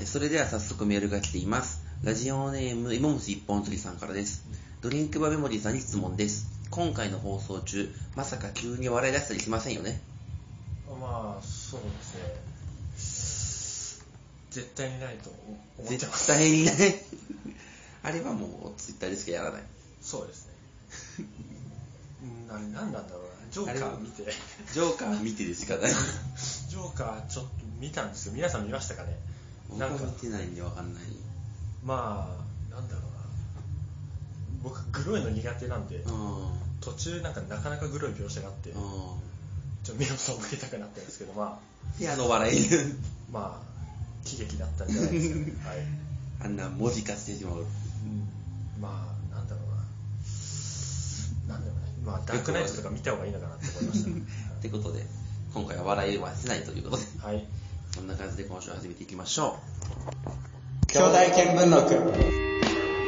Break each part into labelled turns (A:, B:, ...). A: えそれでは早速メールが来ています。ラジオネーム、芋虫一本釣りさんからです。ドリンクバーメモリーさんに質問です。今回の放送中、まさか急に笑い出したりしませんよね
B: まあそうですね絶対にないと思ってま
A: 絶
B: す
A: 対 にね。あれはもうツイッターでしかやらない。
B: そうですねうんあれ何なんだろうなジョーカー見て
A: ジョーカー見てでしかない。
B: ジョーカーちょっと見たんですけど皆さん見ましたかね
A: 僕
B: な
A: は
B: んか
A: 見て ないんでわかんない。
B: まあなんだろうな僕グロいの苦手なんで、
A: うん。
B: 途中なんかなかなかグロい描写があって、
A: うん。
B: ちょっと目を背けたくなったんですけどまあ
A: で、あの笑い。
B: まあ喜劇だったんじゃないですかね はい、
A: あんな文字化してしまう。
B: うん、まあなんだろうななんだろうねまあダークナイトとか見た方がいいのかなって思いましたね、
A: ってことで、今回は笑いはしないということで、
B: はいはい
A: そんな感じで今週始めていきましょ
C: 兄弟見聞録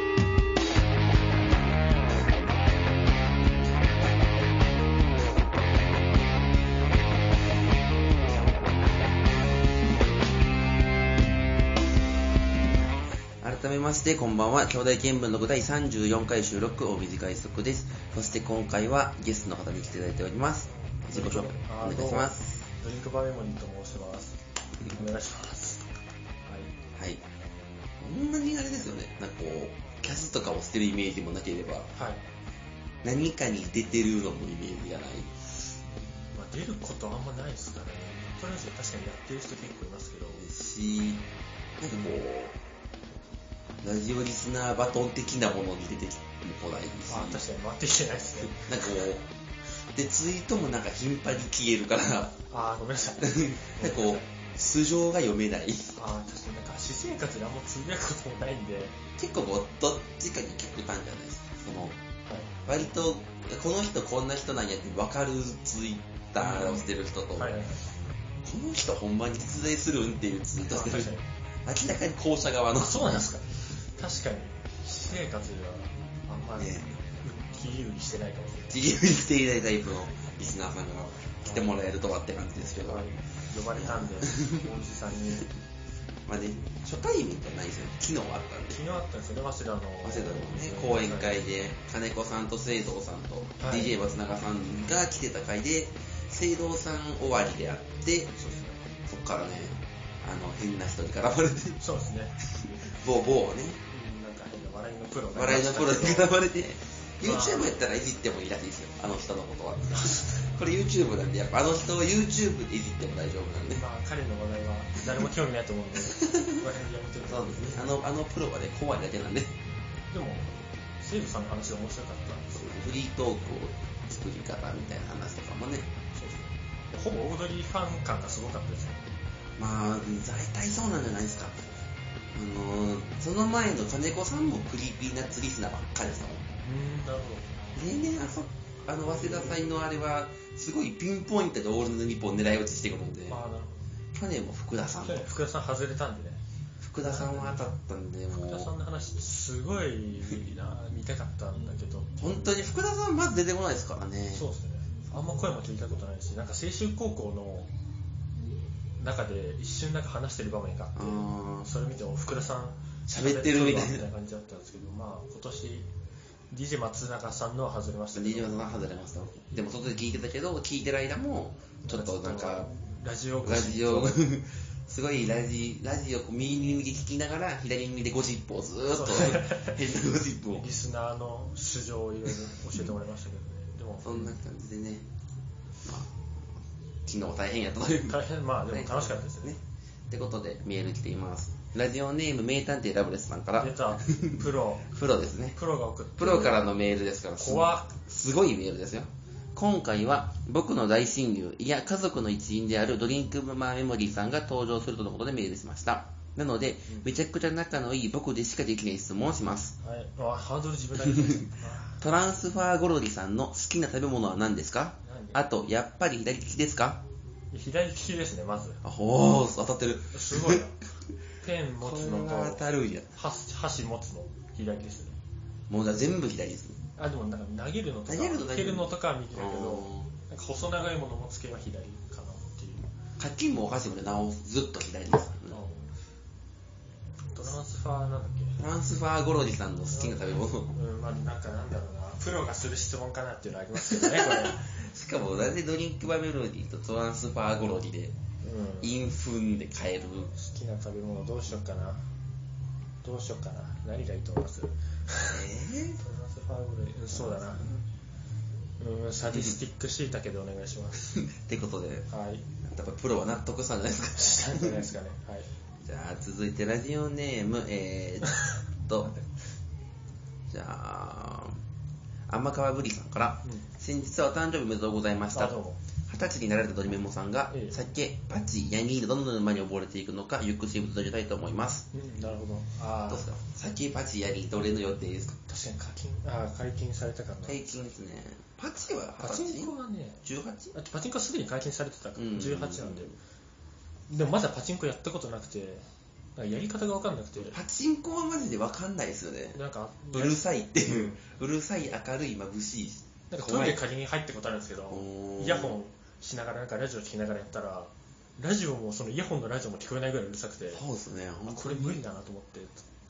A: う。改めまして、こんばんは。兄弟見聞録第34回収録、大短い速です。そして今回はゲストの方に来ていただいております。自己紹介お願いいたします。
B: ドリンクバーメモリーと申しますお願いしますはい
A: はい。こんなにあれですよね。なんかこう、キャスとかをしてるイメージもなければ、
B: はい、
A: 何かに出てるのもイメージがない。
B: まあ、出ることあんまないですかねとりあえず確かにやってる人結構いますけど
A: し、なんかこう、ラジオリスナーバトン的なものに出てきてもこないし、
B: あ確かに回ってきてないですね
A: なんかこう、で、ツイートもなんか頻繁に消えるから、なんか
B: あーごめん なさい
A: こう、素性が読めない。
B: あー確かになんか私生活であんまつぶやくこともないんで、はい、
A: 結構こう、どっちかに極端じゃないですか。その、割と、この人こんな人なんやって分かるツイッターをしてる人と、
B: はいはいはい
A: この人ほんまに実在するんっていうツイート
B: あ
A: して
B: 確
A: る
B: かに
A: 明らかに後者側の。
B: そうなんですか確かに私生活ではあんまり
A: ね
B: 切り売りしてないかもしれない
A: 自由にしていないタイプのリスナーさんが来てもらえるとはって感じですけど、
B: はい呼ばれたんでおじさんに
A: まあね、初対面じゃないですよね、昨日あったんで、
B: 昨日あったんですよね早稲田の
A: 早稲田のね、講演会で、金子さんと聖堂さんと、
B: はい
A: DJ 松永さんが来てた会で、聖堂さん終わりであって、
B: そうですね
A: そっからね、あの、変な人に絡まれて、
B: そうですね
A: 某某をね、
B: うんなんか変な笑いのプロにな
A: 笑い
B: りま
A: の
B: したけ
A: プ
B: ど
A: ロに絡まれて、
B: まあ
A: YouTube やったらいじってもいいらしいですよ、あの人のことは。 これ YouTube なんで、やっぱあの人を YouTube でいじっても大丈夫なんで。
B: まあ彼の話題は誰も興味ないと思うんでここら辺でやめてる
A: そうですね。あの、あのプロはね、怖いだけなんで、
B: でも西武さんの話が面白かったんですよ
A: フリートークを作り方みたいな話とかもね、
B: そうですねほぼオードリーファン感がすごかったですね
A: まあ、大体そうなんじゃないですか。あのー、その前の金子さんもクリーピーナッツリスナーばっかりですもん。
B: うんなるほど
A: 例年あそ、あの、早稲田祭のあれは、すごいピンポイントでオールナイトニッポン狙い撃ちしてくるんで、
B: ああなる
A: 去年も福田さん
B: ほど
A: と
B: 去、年福田さん外れたんでね
A: 福田さんは当たったんで、も
B: 福田さん
A: う、
B: の話すごいな見たかったんだけど
A: 本当に福田さんまず出てこないですからね。
B: そうですねあんま声も聞いたことないしなんか青春高校の中で一瞬なんか話してる場面があって
A: あー
B: それ見ても福田さん
A: 喋ってるみたいな
B: 喋ってるわみたいな感じだったんですけどまあ今年 DJ 松永さんのは外れましたけ
A: 新
B: ど
A: 島さんが外れましたでも外で聞いてたけど聞いてる間もちょっとなんか
B: ラジオ
A: ラジオ すごいラジラジオを右耳で聞きながら左耳でゴシップをずーっと
B: そう
A: 変なゴシップを
B: リスナーの素性をいろいろ教えてもらいましたけどねで も
A: そんな感じでね、まあ、昨日大変やったという
B: 大変まあでも楽しかったですね
A: ってことでメール来ていますラジオネーム名探偵ラブレスさんから
B: 出たプ ロ
A: プロですね
B: プロが送って
A: プロからのメールですからすごい
B: 怖っ
A: すごいメールですよ。今回は僕の大親友、いや家族の一員であるドリンクマーメモリーさんが登場するとのことでメールしました。なので、めちゃくちゃ仲のいい僕でしかできない質問をします。
B: はい、あハードル自分だけです ねあ
A: トランスファーゴロリさんの好きな食べ物は何ですか
B: 何
A: あと、やっぱり左利きですか
B: 左利きですねまず
A: あほー、当たってる。
B: す ごいなペン持
A: こ
B: つ
A: れ
B: のと
A: は当たるんや。
B: 箸箸持つの左利きですね
A: もうじゃあ全部左ですね。
B: あでもなんか投げるのとか
A: 投げるの
B: 蹴るのとかは右だけどなんか細長いもの持つ系は左かなっていう、
A: 課金もお菓子もね、なおずっと左です。
B: あの
A: スファーゴロジさんの好きな食べ物。
B: うん、まあなんかなんだろうな、プロがする質問かなっていうのはありますけどね、 こ
A: しかも、なぜドリンクバーメロディとトランスファーゴロディで、
B: れ。うん、好
A: インフンで買える。
B: きな食べ物どうしようかな。どうしようかな。何がいいと思いますト
A: え
B: マスファーグレーうんそうだな。うん、サディスティックしいたけでお願いします。
A: ー、ってことで、や
B: はい。
A: っぱプロは納得したんじゃないです
B: したんじ ゃないですかね。はい。
A: か。じゃあ、続いてラジオネーム、えーっと、じゃあ、天川ぶりさんから、
B: うん
A: 先日はお誕生日おめでとうございました
B: あどうも。
A: 二十歳になられたドリメモさんが、
B: ええ
A: 酒、パチ、ヤニーのどのような沼に溺れていくのか、ゆっくりしていただきたいと思います。
B: うん、なるほど。ああ
A: どうですか酒、パチ、ヤニー、どれの予定ですか
B: 確かに課金、ああ、解禁されたかな。
A: 解禁ですね。パチは
B: パチンコはね、
A: 18?
B: あパチンコはすでに解禁されてたから、
A: うん
B: 18なんで、でもまだパチンコやったことなくて、なんかやり方が分かんなくて、
A: パチンコはマジでわかんないですよね。
B: なんか、
A: うるさいっていう、うるさい、明るい、眩しい。
B: なんかト
A: 怖
B: イ
A: い
B: レ仮に入ってことあるんですけど
A: お、ー
B: イヤホンしながら、なんかラジオ聞きながらやったら、ラジオも、そのイヤホンのラジオも聞こえないぐらいうるさくて、
A: そうですね、
B: あ
A: ほんと
B: これ無理だなと思って、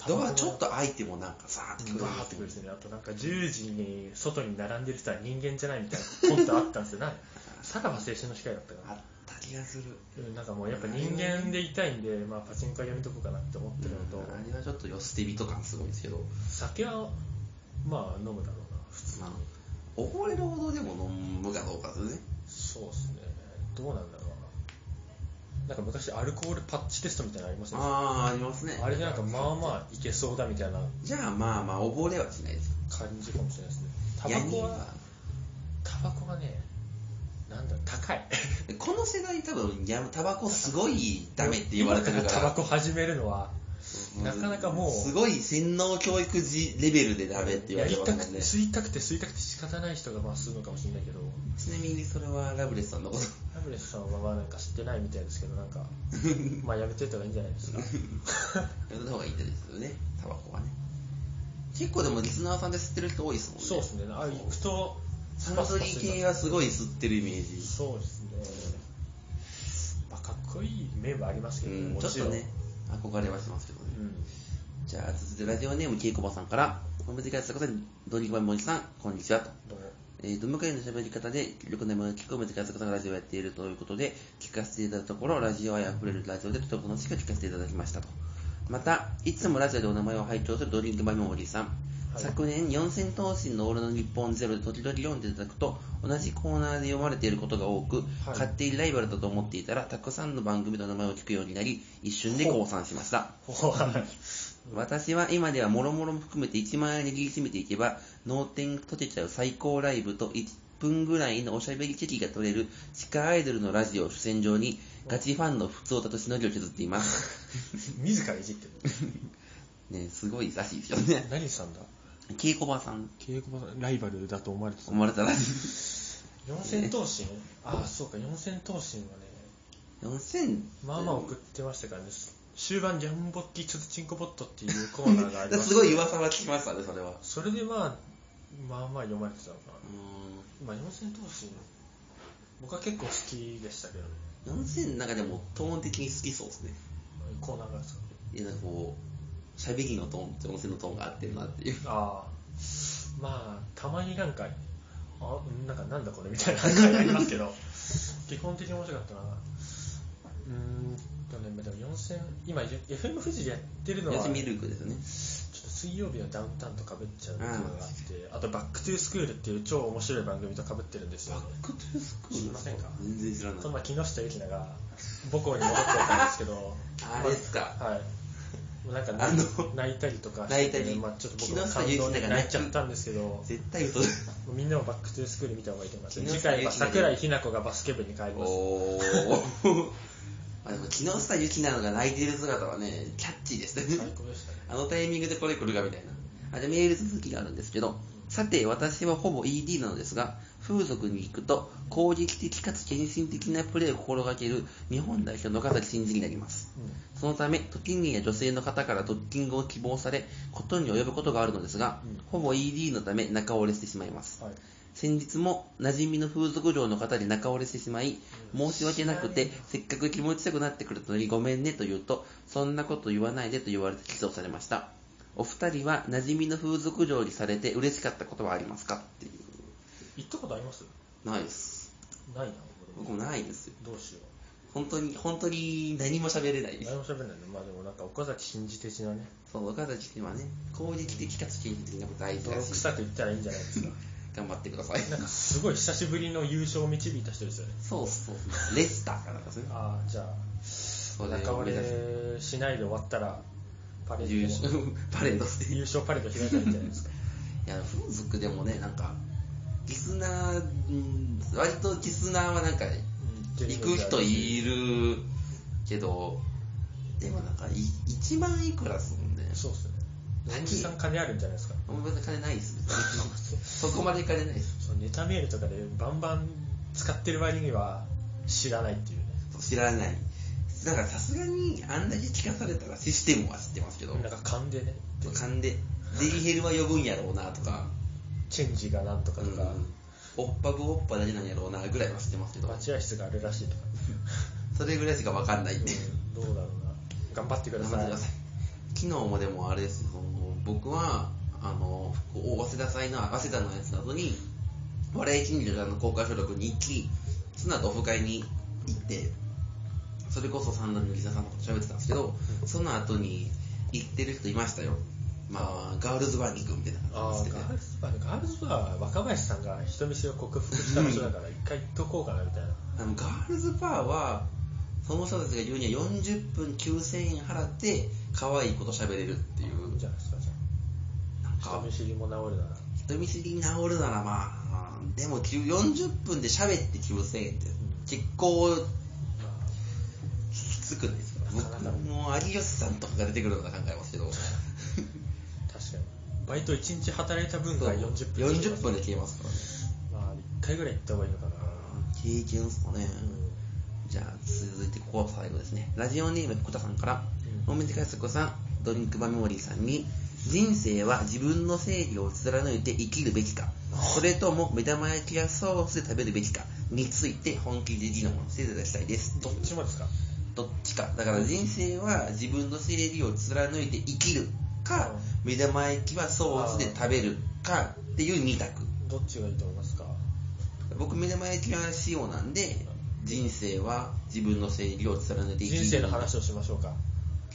A: ドアちょっと開いてもなんかさーって
B: うん
A: くる
B: バーってくるんですよね、あとなんか10時に外に並んでる人は人間じゃないみたいなコントあったんですよ、なんかさらば青春の光だったかな
A: あ。った気がする。
B: うんなんかもうやっぱ人間でいたいんで、まあ、パチンコはやめとこうかなって思ってるのと、
A: あれはちょっとよ捨て人感すごいですけど、
B: 酒はまあ飲むだろうな普通
A: まあ、溺れるほどでも飲むかどうかですね。
B: そうですねどうなんだろうななんか昔アルコールパッチテストみたいなのありましたね
A: あー、ありますね。
B: あれでなんかまあまあいけそうだみたいな
A: じゃあまあまあ、溺れはしないですか。
B: 感じかもしれないですねタバコはタバコはねなんだろう高い
A: ヤニーはこの世代多分、やタバコすごい ダメって言われてる
B: 今
A: から
B: タバコ始めるのはなかなかもう
A: すごい洗脳教育時レベルでダメって言わ
B: や
A: れ
B: り
A: てま
B: た
A: す
B: く
A: もんね。
B: て吸いたくて吸いたくて仕方ない人がまあ吸うのかもしれないけど
A: ちなみにそれはラブレスさんのこと。
B: ラブレスさんはまあなんか吸ってないみたいですけ どなんかまあやめといた方がいいんじゃないですか
A: やめた方がいいですよね、タバコはね。結構でもリスナーさんで吸ってる人多いですもんね。
B: そうですねあ行くと
A: サントリー系はすごい吸ってるイメージ。
B: そうですね、まあ、かっこいい面はありますけど、
A: うん、
B: も
A: ちょっ
B: ち
A: と
B: ろん
A: ね、憧れはしますけどね。
B: うん、
A: じゃあ続いてラジオネームケイコバさんから、おめでとうございます。ドリンクバー森さん、こんにちはと。
B: どうも
A: えー、どのくらいの喋り方でよくないものを聞くおめでとうございますがラジオをやっているということで、聞かせていただいたところ、ラジオ愛あふれるラジオでとても楽しく聞かせていただきましたと。また、いつもラジオでお名前を拝聴するドリンクバイモーリーさん。
B: はい
A: 昨年、四千頭身のオールの日本ゼロで時々読んでいただくと、同じコーナーで読まれていることが多く、
B: はい
A: 勝手にライバルだと思っていたら、たくさんの番組の名前を聞くようになり、一瞬で降参しました。
B: ほら
A: 私は今ではもろもろも含めて1万円握りしめていけば脳天とてちゃう最高ライブと1分ぐらいのおしゃべり席が取れる地下アイドルのラジオ主戦場にガチファンの普通歌としのぎを削っています。
B: 自らいじって る
A: ねすごいらしいですよね。
B: 何さんだ
A: 稽古場さん、
B: 稽古場ライバルだと思われて
A: 思われたらしい。
B: 四千頭身ああそうか四千頭身はね
A: 4000、
B: まあまあ送ってましたからね終盤ギャンボッキーちょっとチンコボットっていうコーナーがあり まし
A: す
B: た
A: ごい噂は聞きましたね、それは。
B: それでまあまあまあ読まれてたのかな
A: う
B: まあ四千頭身僕は結構好きでしたけどね
A: ーん4000の中でもトーン的に好きそうですね。
B: コーナーがですか
A: いや、なんかこう、しゃべりのトーンと4000のトーンが合ってるなっていう。
B: ああまあたまになんかあなんかなんだこれみたいな感じありますけ ど基本的に面白かったなうーんとねでも4000今 FM 富士でやってるのは
A: 4000ミ
B: ちょっ
A: ルクですよね。
B: と水曜日のダウンタウンとかぶっちゃうっていうのがあってあと「バック・トゥ・スクール」っていう超面白い番組とかぶってるんですよね
A: バックトゥースクール
B: 知りませんか
A: 全然知らない
B: その前木下ゆきなが母校に戻ってたんですけど
A: あれっすか
B: はいもうなんか
A: あの
B: 泣いたりとか
A: 泣いたり
B: まあ、ちょっと僕も
A: 木下
B: 感
A: ゆきなが
B: 動で
A: 泣く
B: 泣いちゃったんですけど
A: 絶対嘘だ
B: みんなもバックトゥースクール見た方がいいと思います。
A: 木下
B: 次回は
A: ゆきなで
B: 桜井日奈子がバスケ部に帰ります。
A: おー あでも木下ゆきなのが泣いてる姿はねキャッチーです
B: 最
A: ね
B: 高でしたね。
A: あのタイミングでこれ来るかみたいなあでメール続きがあるんですけどさて私はほぼ ED なのですが風俗に行くと攻撃的かつ献身的なプレーを心がける日本代表の岡崎真嗣になりますそのため、時には女性の方からドッキングを希望され、ことに及ぶことがあるのですが、
B: うん
A: ほぼ ED のため仲折れしてしまいます。
B: はい。
A: 先日も馴染みの風俗嬢の方に仲折れしてしまい、申し訳なくて、せっかく気持ちよくなってくれたのにごめんねと言うと、そんなこと言わないでと言われてキスをされました。お二人は馴染みの風俗嬢にされて嬉しかったことはありますかってい
B: 行ったことあります
A: う。ないです。
B: ないな、俺
A: 僕もないですよ。
B: どうしよ
A: 本当に、本当に何も喋れな
B: う。
A: い。
B: 何も喋んないの。まあでもなんか岡崎信じ的なね、
A: そう、岡崎君はね、攻撃的かつ心理的なこと大事
B: 泥
A: だし、
B: 臭く言ったらいいんじゃないですか。
A: 頑張ってください。
B: なんかすごい久しぶりの優勝を導いた人ですよね。
A: そうそう。レスターかなんかそういう。
B: ああ、じゃあ、
A: それ
B: 仲
A: を
B: 間
A: 目指して
B: でしないで終わったら、パレード
A: 優
B: でも
A: 勝、 パレードして。
B: 優勝パレード開いたらいいんじゃないですか。
A: いや、風俗でもね、なんか、リスナー、うん割とリスナーはなんか、
B: うん
A: 行く人いるけど、でもなんか、い1万いくらすんで、
B: そうっすね。
A: 何
B: おじさん金あるんじゃないですか。
A: ほんまに金ないっすね。 そこまで金ないっす。
B: そのネタメールとかでバンバン使ってる割には知らないっていうね。
A: 知らない。なんかさすがに、あんだけ聞かされたらシステムは知ってますけど、
B: なんか勘でね、
A: 勘で、デリヘルは呼ぶんやろうなとか、
B: チェンジがなんとかとか、
A: うんおっぱぐおっぱだけなんやろうなぐらいは知ってますけど、
B: 待合室があるらしいとか、
A: それぐらいしかわかんないんで。
B: どうだろうな。頑張ってくだ
A: 頑
B: さ
A: 張っ
B: い。
A: てください昨日もでもあれですその僕はあのこう早稲田祭の早稲田のやつなどに笑い金魚の公開収録に行き綱とオフ会に行ってそれこそ三段のリサさんとかと喋ってたんですけど、その後に行ってる人いましたよまあガールズバーに行くみたいな
B: あ
A: 感じで
B: ーガールズバーね、ガールズバーは若林さんが人見知りを克服した場所だから、一回行っとこうかなみたいな。
A: あのガールズバーはその人たちが言うには40分9000円払って可愛いこと喋れるっていう
B: じゃないですか、じゃ
A: なん
B: あ。
A: か
B: 人見知りも治るなら。
A: 人見知りに治るならまあ、でもきゅ40分で喋って9000円って結構き
B: ま
A: つくないですか
B: なかなか
A: 僕も有吉さんとかが出てくるのか考えます けど
B: あ、確かに。バイト1日働いた分
A: そう
B: が40分。
A: 40分で消えますからね
B: まあ、1回ぐらい行った方がいいのかな。
A: 経験ですかね、
B: うん
A: じゃあ続いてここは最後ですねラジオネームコタさんから
B: う
A: 大水かすこさんドリンクバメモリーさんに人生は自分の正義を貫いて生きるべきかそれとも目玉焼きやソースで食べるべきかについて本気で議論していただきたいです
B: どっちもですか
A: どっちか。だから人生は自分の正義を貫いて生きるか、目玉焼きはソースで食べるかっていう2択。
B: どっちがいいと思いますか
A: 僕、目玉焼きは塩なんで、人生は自分の正義を貫いて生きる。
B: 人生の話をしましょうか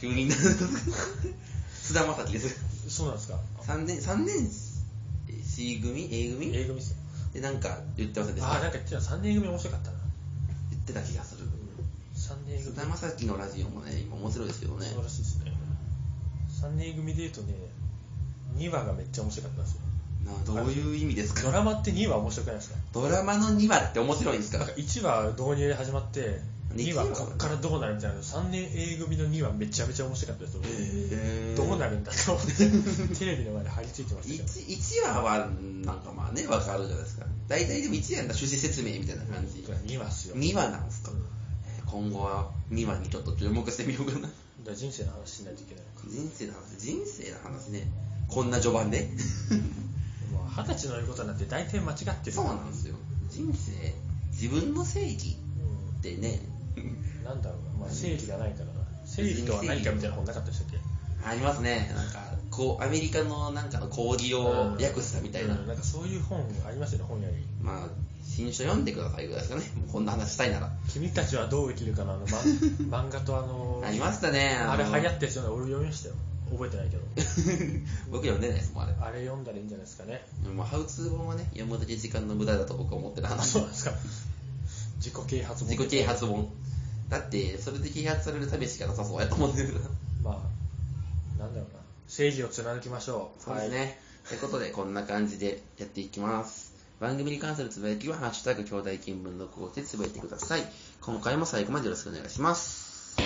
A: 急になる。須田正樹です。
B: そうなんですか
A: 3年、三年 C 組 ?A 組
B: A 組っすよ
A: で、なんか言ってませんでし
B: あ
A: た
B: あなんか言ってた3年組面白かったな
A: 言ってた気がする。
B: 3年組
A: 須田正樹のラジオもね、今面白いですけどね
B: 素。晴らしいですね3年組で言うとね2話がめっちゃ面白かったんですよ
A: などういう意味です
B: ド
A: か
B: ラマって2話面白くないですか
A: ドラマの2話って面白いんですか
B: なんか1話導入で始まって2話
A: 二話
B: こっからどうなるみたいな3年 A 組の2話めちゃめちゃ面白かったです僕
A: へー
B: どうなるんだと思って テレビの前で張り付いてましたけど
A: 1, 話はなんかまあねわかるじゃないですか大体でも1話の趣旨説明みたいな感じ
B: 2話っすよ
A: 2話なんですか今後は2話にちょっと注目してみようかな
B: だから人生の話しないといけないのか
A: 人生の話人生の話ねこんな序盤 で
B: もう二十歳の言うことなんて大体間違ってる
A: そうなんですよ人生自分の正義
B: う
A: ってね
B: ん、なんだろうな、まあ、正義がないからな正義とは何かみたいな本なかったでしたっけ
A: ありますねなんかこうアメリカのなんかの講義を訳したみたいな、
B: うんなんかそういう本ありますよね本屋に
A: まあ新書読んでくださいぐらいですかねもうこんな話したいなら
B: 「君たちはどう生きるかな」あの、ま、漫画とあの
A: ありましたね
B: あれ流
A: の
B: 行ってるよね俺読みましたよ覚えてないけど
A: 僕読んでないですもんあれ
B: あれ読んだらいいんじゃないですかね
A: まあ、ハウツー本はね、読むだけ時間の無駄だと僕は思ってる
B: あ
A: 話
B: そうなんですか自己啓発本
A: 自己啓発本。だって、それで啓発される旅しかなさそうやと思うんですよ。
B: まあなんだろうな正義を貫きましょう
A: そうですね。
B: はい
A: ということで、こんな感じでやっていきます。番組に関するつぶやきは、ハッシュタグ兄弟見聞録をでつぶやいてください。今回も最後までよろしくお願いします。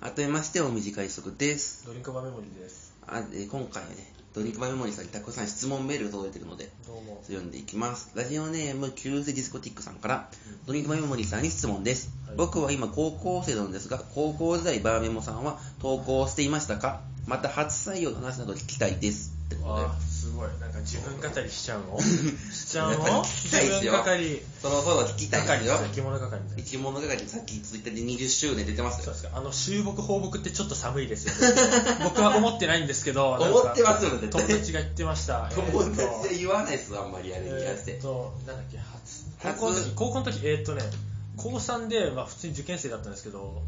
A: 改めまして、お短い速です。
B: ドリンクバーメモリーです
A: あえー今回はね、ドリンクバーメモリーさんにたくさん質問メールが届いてるので、
B: どうも
A: 読んでいきます。ラジオネーム、キューゼディスコティックさんから、ドリンクバーメモリーさんに質問です。
B: はい
A: 僕は今高校生なんですが、高校時代バーメモさんは投稿していましたかまた初採用の話など聞きたいです。ってこと
B: あーすすごいなんか自分語りしちゃう のしちゃうの
A: 聞きたいです
B: 自
A: よ
B: 分語り
A: そのそうだ聞きたいですよ
B: 係着物係みたいな
A: 生き物係さっきツイッターで20周年出てます
B: そう
A: よ
B: ですかあの収木放牧ってちょっと寒いですよね 僕は思ってないんですけどなんか
A: 思ってますよね絶対
B: 友達が言ってました
A: 友達で言わないですわあんまりや
B: え
A: る
B: ー
A: 気が
B: っ
A: し
B: とえー
A: て
B: っとなんだっけ
A: 初
B: 初高校の時高校の時えーっとね高3で、まあ、普通に受験生だったんですけど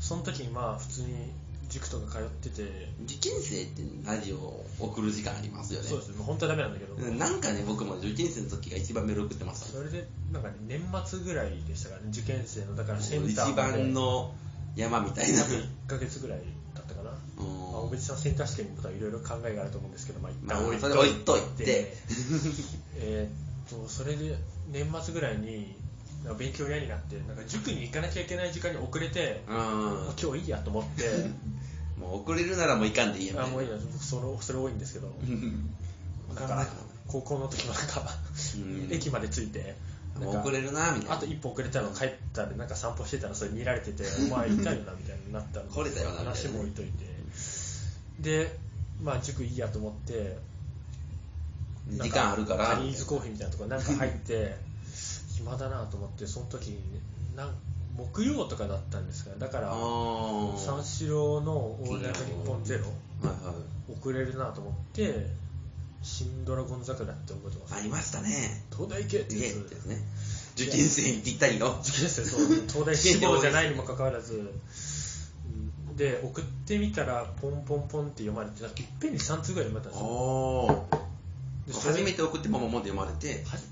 B: その時にまあ普通に塾とか通ってて
A: 受験生ってラジオを送る時間ありますよね
B: そうですねもう本当はダメなんだけど、
A: うんなんかね僕も受験生の時が一番メール送ってました
B: それでなんか、ね、年末ぐらいでしたからね受験生のだからセン
A: 一
B: ターまで
A: 番の山み たいな
B: 約1ヶ月ぐらいだったかな、まあ、
A: うん
B: 小渕さんセンター試験のことはいろいろ考えがあると思うんですけど、まあ、一
A: まあ
B: 旦置い
A: そ
B: とい
A: れ
B: て,、
A: 置いといて
B: えーっとそれで年末ぐらいになんか勉強嫌になってなんか塾に行かなきゃいけない時間に遅れて、
A: うん
B: もう今日いいやと思って
A: もう送れるならもういかんで いいやみ
B: あ
A: たいな
B: もういいや僕それそれ多いんですけど
A: うん
B: なんか高校の時もなんか、
A: うん
B: 駅まで着いてなん
A: もう
B: か
A: 送れるなみたいな
B: あと一歩遅れたら帰ったらなんか散歩してたらそれ見られ ててお前痛いよなみたいになったの
A: 来れたよなみたいな
B: 話も置いといてでまあ塾いいやと思ってなん
A: 時間あるから
B: カニーズコーヒーみたいなところなんか入って 暇だなと思ってその時になん木曜とかだったんですからだから
A: あ
B: 三四郎の「オールナイトニッポンゼロ
A: あはいはい
B: 遅れるなと思って「新ドラゴン桜」って覚えてます
A: ありましたね
B: 東大系って
A: 受験
B: や
A: 生
B: つ
A: ですね受験生にぴったりの
B: 受験生そう東大志望じゃないにもかかわらずうんで送ってみたらポンポンポンって読まれてなんかいっぺんに3通ぐらい読まれたんですよ
A: おお
B: でそれ
A: 初めて送ってもももんで読まれて
B: はじ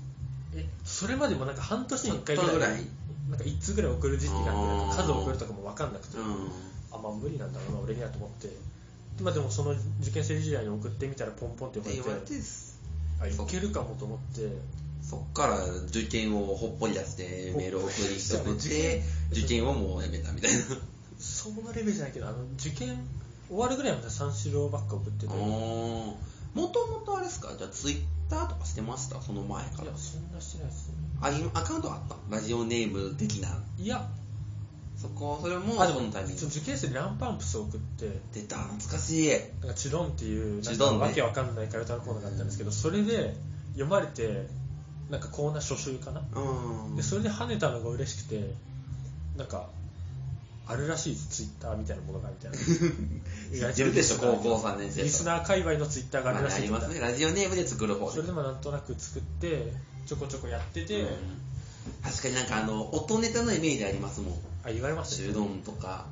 B: えそれまでもなんか半年に1回ぐら
A: ちょ
B: い
A: っとぐらい
B: なんか1通ぐらい送る時期があってなんか数送るとかも分かんなくて、
A: う
B: あまあ無理なんだろうな俺にはと思ってで,、まあ、でもその受験生時代に送ってみたらポンポンって
A: ん
B: 読
A: で
B: ま
A: 読まれ
B: れて
A: て
B: あいけるかもと思って
A: そっから受験をほっぽり出してメールを送りして送っ
B: そうね
A: て受験をもうやめたみたいな
B: そのレベルじゃないけどあの受験終わるぐらいまで三四郎ばっか送ってて
A: おもともとあれですかじゃあツイッターとかしてましたその前か
B: い
A: ら
B: や、そんなしてないですね。
A: あ今アカウントあったラジオネーム的ない
B: や、
A: そこそれも
B: あで
A: そのタイミン
B: ち
A: グ
B: ょ受験生にランパンプスを送って、
A: 出た懐かしい
B: なんかチドンっていう、なん
A: チ
B: か
A: ドンね
B: わけわかんないから歌のコーナーがあったんですけど、それで読まれて、なんかコーナー初週かな。
A: うん
B: で、それで跳ねたのが嬉しくて、なんか、あるらしいです、ツイッターみたいなものがみ たいな。
A: やってるでしょ高校3年生
B: リスナー界隈のツイッターがある
A: ま
B: ら
A: ああ
B: しい
A: り
B: みた
A: ま
B: い
A: す
B: な
A: ねラジオネームで作る方
B: それでもなんとなく作って、ちょこちょこやってて、
A: うん確かになんかあの音ネタのイメージありますもん
B: あ、言われました
A: シュ
B: ね。
A: ドンとか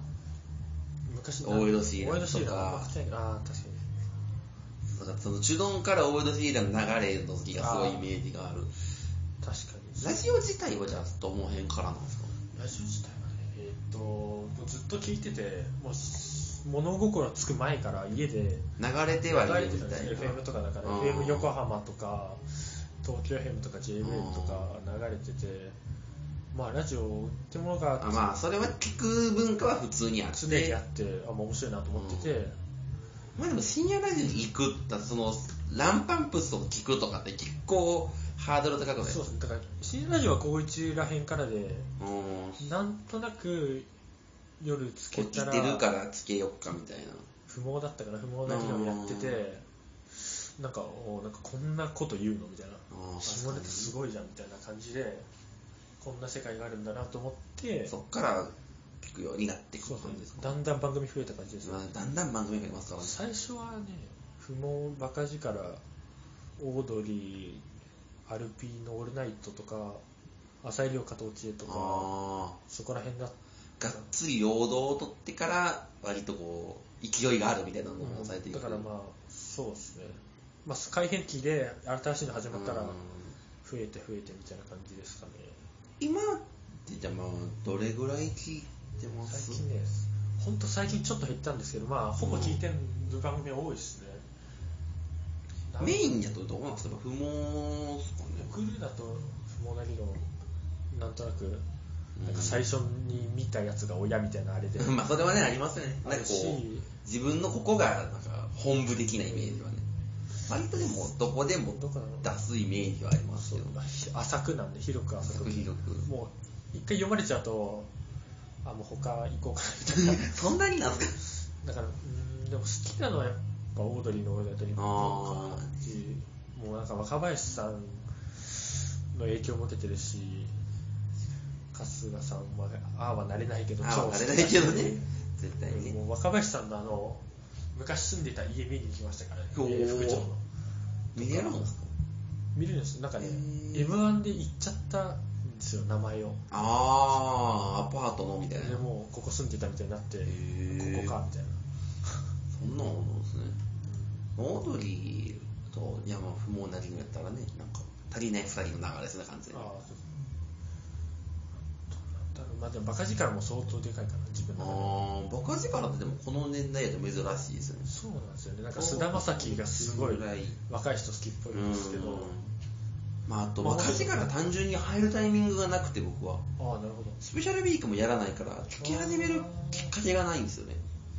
B: 昔
A: 大江戸シーランとか
B: 大江戸シーランあんま来てないあー、確かに。
A: だからそのシュドンからオールドフィーダーの流れの時がすごいイメージがある
B: 確かに
A: ラジオ自体はじゃあどの辺からなんですか
B: ラジオ自体はねえーっともうずっと聞いててもうし物心つく前から家で
A: 流れてはいるみたいな
B: 流れてたんですよ FM とかだから
A: うん
B: FM 横浜とか東京 FM とか JWAVE とか流れててまあラジオってものが
A: あまあそれは聞く文化は普通にあっ
B: 常に
A: て
B: あってあまあ面白いなと思ってて
A: まあでも深夜ラジオに行くってそのランパンプスを聞くとかって結構ハードル高くない
B: そうですねだから新ラジオは高一らへんからで
A: うん
B: なんとなく夜つけ
A: 起
B: た
A: き
B: ら
A: てるからつけよっかみたいな
B: 不毛だったから不毛な議論やっててなんかおなんかこんなこと言うのみたい
A: あ
B: な
A: ー
B: 下ネタすごいじゃんみたいな感じでこんな世界があるんだなと思って
A: そっから聞くようになっていく
B: そう
A: 感じですか
B: だんだん番組増えた感じですね、
A: まあだんだん番組がありますからね
B: 最初はね不毛バカ力オードリーアルピーの「オールナイト」とか浅井亮加藤千恵とか
A: あ
B: そこら辺だっ
A: あがっつり労働を取ってから割とこう勢いがあるみたいなのを抑えていく、
B: だからまあそうですね、まあ、改変期で新しいの始まったら
A: うん
B: 増えて増えてみたいな感じですかね
A: 今ってじゃあまあどれぐらい聞いてます
B: 最近ねほんと最近ちょっと減ったんですけどまあほぼ聞いてる番組多いですね、なん
A: メインだとどうなんですか不毛ですかね
B: 僕らだと不毛な議論なんとなくなんか最初に見たやつが親みたいなあれで
A: まあそれはねありますよね
B: あ
A: なん
B: る
A: か
B: し
A: こう自分のここがなんか本部的なイメージはね割とでもどこでも
B: どこなの
A: 出すイメージはあります
B: そ
A: け
B: う
A: ど
B: まあひ浅くなんで広く浅く
A: 広く
B: もう一回読まれちゃうとあもう他行こうかなみたいな
A: そんなになんです
B: だからうーんでも好きなのはやっぱオードリーの「オールナイトニッポン」とか
A: あ
B: うんもうなんか若林さんの影響も受けてるし春日さんはああはなれないけど
A: ああ
B: 超好き
A: 分
B: だ
A: か
B: し
A: れないけどね絶対にね
B: もう若林さんのあの昔住んでた家見に行きましたからね
A: おー
B: 副長の
A: ミリアロンですか
B: 見るんですなんかね
A: へー
B: m 1で行っちゃったんですよ名前を
A: ああアパートのみたいな
B: でもうここ住んでたみたいになってこ
A: ー
B: こかみたいな
A: そんなものですねオードリーと山不毛なりのやったらねなんか足りない2人の流れですね完全に
B: ああそうどうなんだろうまあでもバカ力も相当でかいかな自分の中で
A: ああバカ力ってでもこの年代だと珍しいですよね
B: そうなんですよねなんか菅田将暉がすごい
A: ぐらい
B: 若い人好きっぽいんですけど
A: まああと
B: まあ
A: バカ力単純に入るタイミングがなくて僕は
B: ああなるほど
A: スペシャルウィークもやらないから聞き始めるきっかけがないんですよね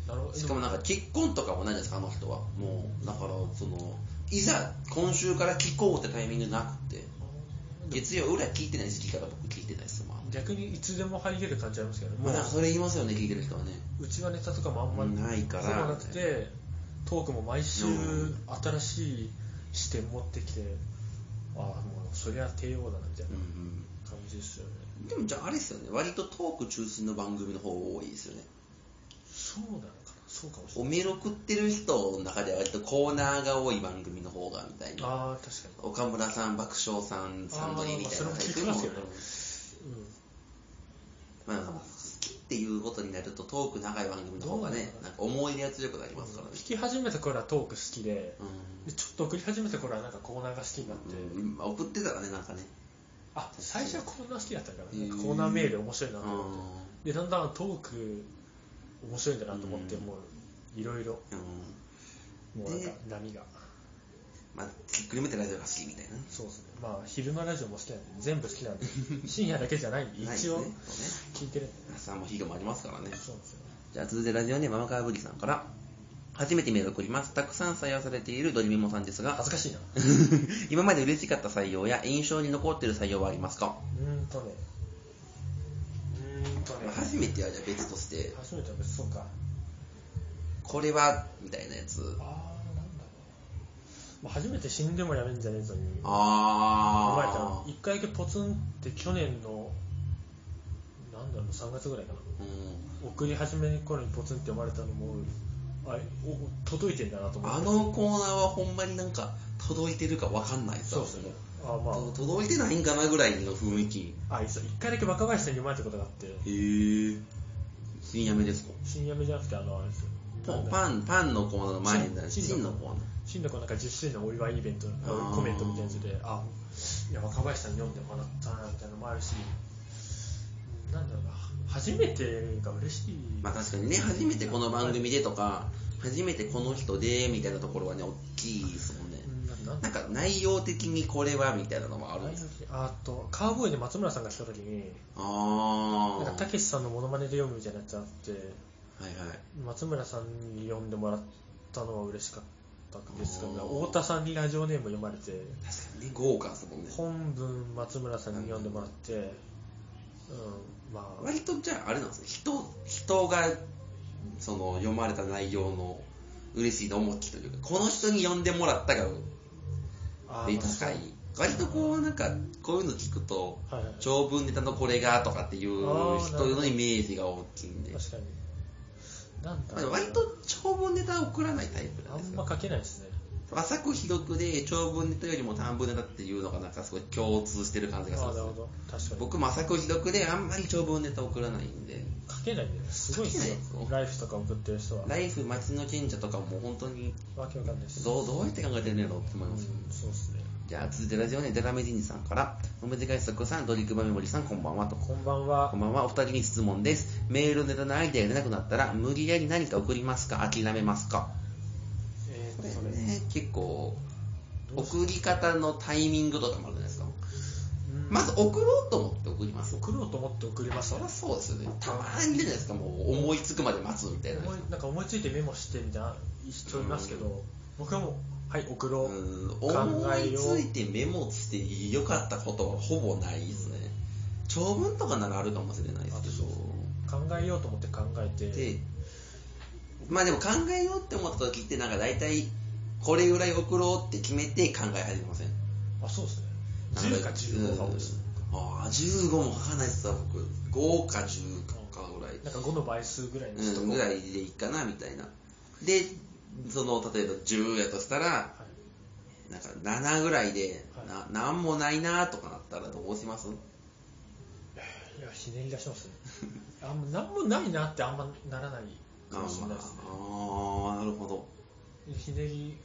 B: なるほど
A: しかもなんか結婚とかもないじゃないですかあの人はもうだからそのいざ今週から聞こうってタイミングなくて月曜裏聞いてないし聞から僕聞いてないですもんあんま
B: 逆にいつでも入れる感じありますけどね
A: ま
B: も
A: あなんか
B: う
A: それ言いますよね聞いてる人はね
B: ちはネタとかもあんまり
A: ないから
B: ほぼなくてトークも毎週
A: うん
B: 新しい視点持ってきてああもうそりゃ帝王だなみたいな
A: うんうん
B: 感じですよね
A: でもじゃああれですよね割とトーク中心の番組の方が多いですよね
B: そうなのかなそうかもしれ
A: お
B: ない
A: めろ食ってる人の中では割とコーナーが多い番組の方がみたいな
B: ああ確かに
A: 岡村さん爆笑さんサンドリーみたいな
B: あーまあそれも聞いて
A: の
B: ますよね
A: まあまあ好きっていうことになるとトーク長い番組の方がね
B: どう
A: なんか思い出が強くなりますからね
B: 聞き始めた頃はトーク好きで
A: う
B: でちょっと送り始めた頃はなんかコーナーが好きになって、
A: ん、うんまあ送ってたらねなんかね
B: あ最初はコーナー好きだったから、
A: へー
B: なんかコーナーメール面白いな
A: う
B: と思って、
A: ん
B: でだんだんトーク面白いんだなと思って、
A: うん
B: もういろいろ
A: うん
B: もうなんか
A: で
B: 波が
A: まあ、ひっくるめてラジオが好きみたいな。
B: そうですねまあ昼のラジオも好きなんで全部好き なんで深夜だけじゃないんで
A: ない
B: 一応
A: ねそう
B: 聞いてるんで
A: ね朝も日がもありますからね。
B: そうなんですよ
A: じゃあ続いてラジオネームママカワブリさんから。初めてメールを送ります。たくさん採用されているドリミモさんですが
B: 恥、ずかしいな
A: 今まで嬉しかった採用や印象に残っている採用はありますか、
B: うーんとねうーんとね
A: まあ初めてはじゃあ別として、
B: 初めては別そうか
A: これは、みたいなやつ。
B: あーなんだろう、まあ、初めて死んでもやめんじゃねえぞに思われ
A: あ
B: た一回だけポツンって去年のなんだろう3月ぐらいかな
A: ー。うん
B: 送り始め頃にポツンって生まれたのもあれお届いてんだなと思って
A: あのコーナーはほんまになんか届いてるかわかんないさ。
B: そうですねあま
A: と届いてないんかなぐらいの雰囲気。
B: ああいそう一回だけ若林さんに生まれたことがあって
A: へぇー。深夜目ですか
B: 深夜目じゃなくてあのあれですよ
A: パン
B: ン
A: パンパンのコーナーの前になる
B: チン
A: チンのコーナー
B: 死んだ子なんか10周年のお祝いイベント
A: あー
B: コメントみたいなやつであいや若林さんに読んでもらったなみたいなのもあるしうんなんだろうな初めてが嬉しい、
A: まあ確かにね初めてこの番組でとか初めてこの人でみたいなところはね大きいですもんね
B: うんなんなん
A: なんか内容的にこれはみたいなのもあるんですよ
B: あとカーボーイで松村さんが来た時になんか
A: ああ
B: たけしさんのモノマネで読むみたいなやつあって
A: はいはい
B: 松村さんに読んでもらったのは嬉しかったですけど
A: あー
B: 太田さんにラジオネーム読まれて
A: 確かにね豪華ですもんね
B: 本文松村さんに読んでもらって、うん、まあ
A: 割とじゃああれなんですね人人がその読まれた内容の嬉しいの重きというかこの人に読んでもらったが
B: あー
A: で高い割とこうなんかこういうの聞くと
B: まあはいはい、
A: 長文ネタのこれがとかっていう人のイメージが大きいんで、
B: 確かになんだ
A: まあ
B: ろう
A: 割と長文ネタは送らないタイプなん
B: あ
A: です
B: ん
A: よ
B: ま書けないですね
A: 浅く広くで長文ネタよりも短文ネタっていうのがなんかすごい共通してる感
B: あ
A: じがする
B: ー
A: ん
B: な
A: で
B: る
A: す
B: ほ
A: よ
B: ど確かに
A: 僕も浅く広くであんまり長文ネタ送らないんで
B: 書けないんだよねすごいですよ
A: 書けないです
B: ライフとか送ってる人は
A: ライフ町の神社とかも本当に
B: わけわかんないです
A: どうどうやって考えてるんやろうって思い
B: うん
A: ますよね
B: そうですね
A: じゃあ続いてラジオネームデラメディーニさんからおめでかいそこさんドリクバメモリさんこんばんはと
B: こんばんは
A: こんばんは、お二人に質問です。メールのネタのアイデアが出なくなったら、無理やり何か送りますか諦めますか
B: え
A: こ
B: ー、
A: れ
B: っとね
A: ね、結構、
B: どうし
A: 送り方のタイミングとかもあるじゃないですか。
B: うん
A: まず送ろうと思って送ります。
B: 送ろうと思って送ります
A: そりゃそうですよね。たまにいるじゃないですか、もう思いつくまで待つみたいな。
B: 思いなんか思いついてメモしてみたいな人いますけど、僕はもうはい送ろう、
A: うん
B: 考
A: 思
B: え
A: い
B: よう
A: ついてメモして良かったことはほぼないですね。長文とかならあるかもしれないですけ
B: あそう
A: ど。
B: 考えようと思って考えて
A: で、まあでも考えようって思った時ってなんか大体これぐらい送ろうって決めて考え始めません
B: あそうですね
A: なん
B: 10か15か多いですね
A: うんああ15も書かないっすわ僕5か10かぐらい
B: なんか5の倍数ぐらいにしと
A: うん、
B: こう
A: ぐらいでいいかなみたいなでその例えば10やとしたら
B: はい
A: なんか7ぐらいで、
B: はい
A: ななんもないなとかなったらどうします
B: いやひねり出します ねあんま何もないなってあんまならない
A: あ
B: かもしれないですね
A: ーなるほど
B: ひねり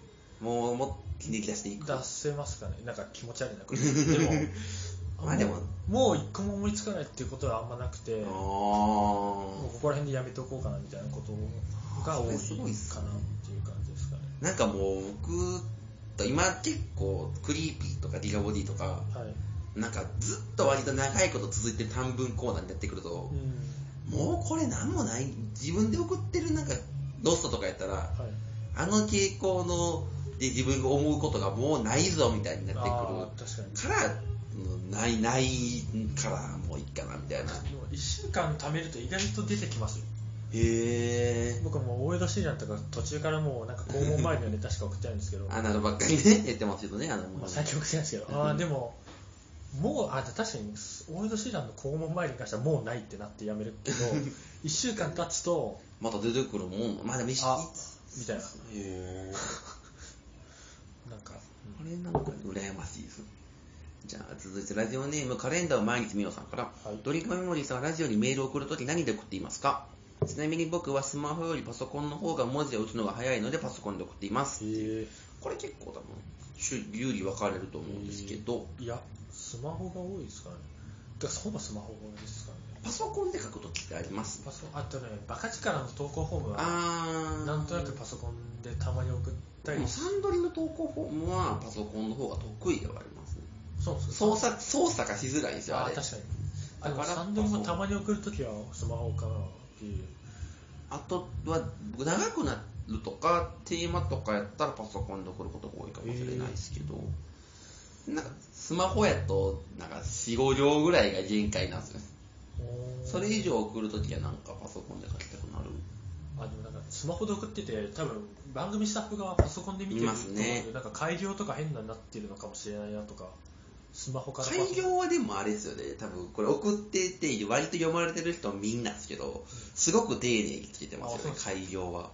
A: もうもっひねり出していく
B: 出せますかねなんか気持ち悪いなこれでも
A: まあでも
B: もう一個も思いつかないっていうことはあんまなくて
A: あ
B: も
A: ー
B: うここら辺でやめておこうかなみたいなことが多いかなっていう感じですかね
A: なんかもう僕今結構クリーピーとかディガボディとか
B: はい
A: なんかずっと割と長いこと続いてる短文コーナーになってくると
B: う、ん
A: もうこれなんもない自分で送ってるなんかロストとかやったら
B: はい
A: あの傾向ので自分が思うことがもうないぞみたいになって
B: あー
A: く
B: 確かに
A: るからうんないないからもういいかなみたいな
B: でも1週間貯めると意外と出てきますよ
A: へえ
B: 僕はもう大江戸シリアンとか途中からもうなんか肛門周りのネタしか送ってないんですけど
A: あなたばっかりねやってますけどねあの
B: まあ、最近送ってないんですけど、あーでも、もう、あ確かに、大江戸シランの肛門周りに関してはもうないってなってやめる けど、1週間経つと、
A: また出てくるもんまあでも一緒
B: あみたいな、
A: へえ
B: なんか、
A: これなんか羨ましいです。じゃあ続いてラジオネームカレンダーを毎日見ようさんから、
B: はい
A: ドリンクメモリーさんはラジオにメールを送るとき何で送っていますかちなみに僕はスマホよりパソコンの方が文字を打つのが早いのでパソコンで送っていますっていう
B: え
A: これ結構多分主有利分かれると思うんですけど、
B: いや、スマホが多いですかね。だからほぼスマホが多いですかね。
A: パソコンで書くときってあります
B: パソあとね、バカ力の投稿フォームは、
A: あー
B: なんとなくパソコンでたまに送った
A: で
B: り
A: も、サンドリの投稿フォームはパソコンの方が得意ではありますね
B: そうです
A: 操作操作がしづらいんですよ
B: あ
A: あ
B: ー
A: れ
B: 確かに。あ
A: だ
B: の
A: から
B: サンドリもたまに送るときはスマホかなっていう。
A: あとは僕長くなるとかテーマとかやったらパソコンで送ることが多いかもしれないですけど、なんかスマホやとなんか45行ぐらいが限界なんですよね
B: おー
A: それ以上送るときはなんかパソコンで書きたくなる
B: あでもなんかスマホで送ってて多分番組スタッフがパソコンで見てる
A: 見ますね
B: なんか改良とか変なになってるのかもしれないなとかスマホから
A: 開業はでもあれですよね多分これ送ってて割と読まれてる人みんなですけどすごく丁寧につけてますよね
B: あそ
A: 開業は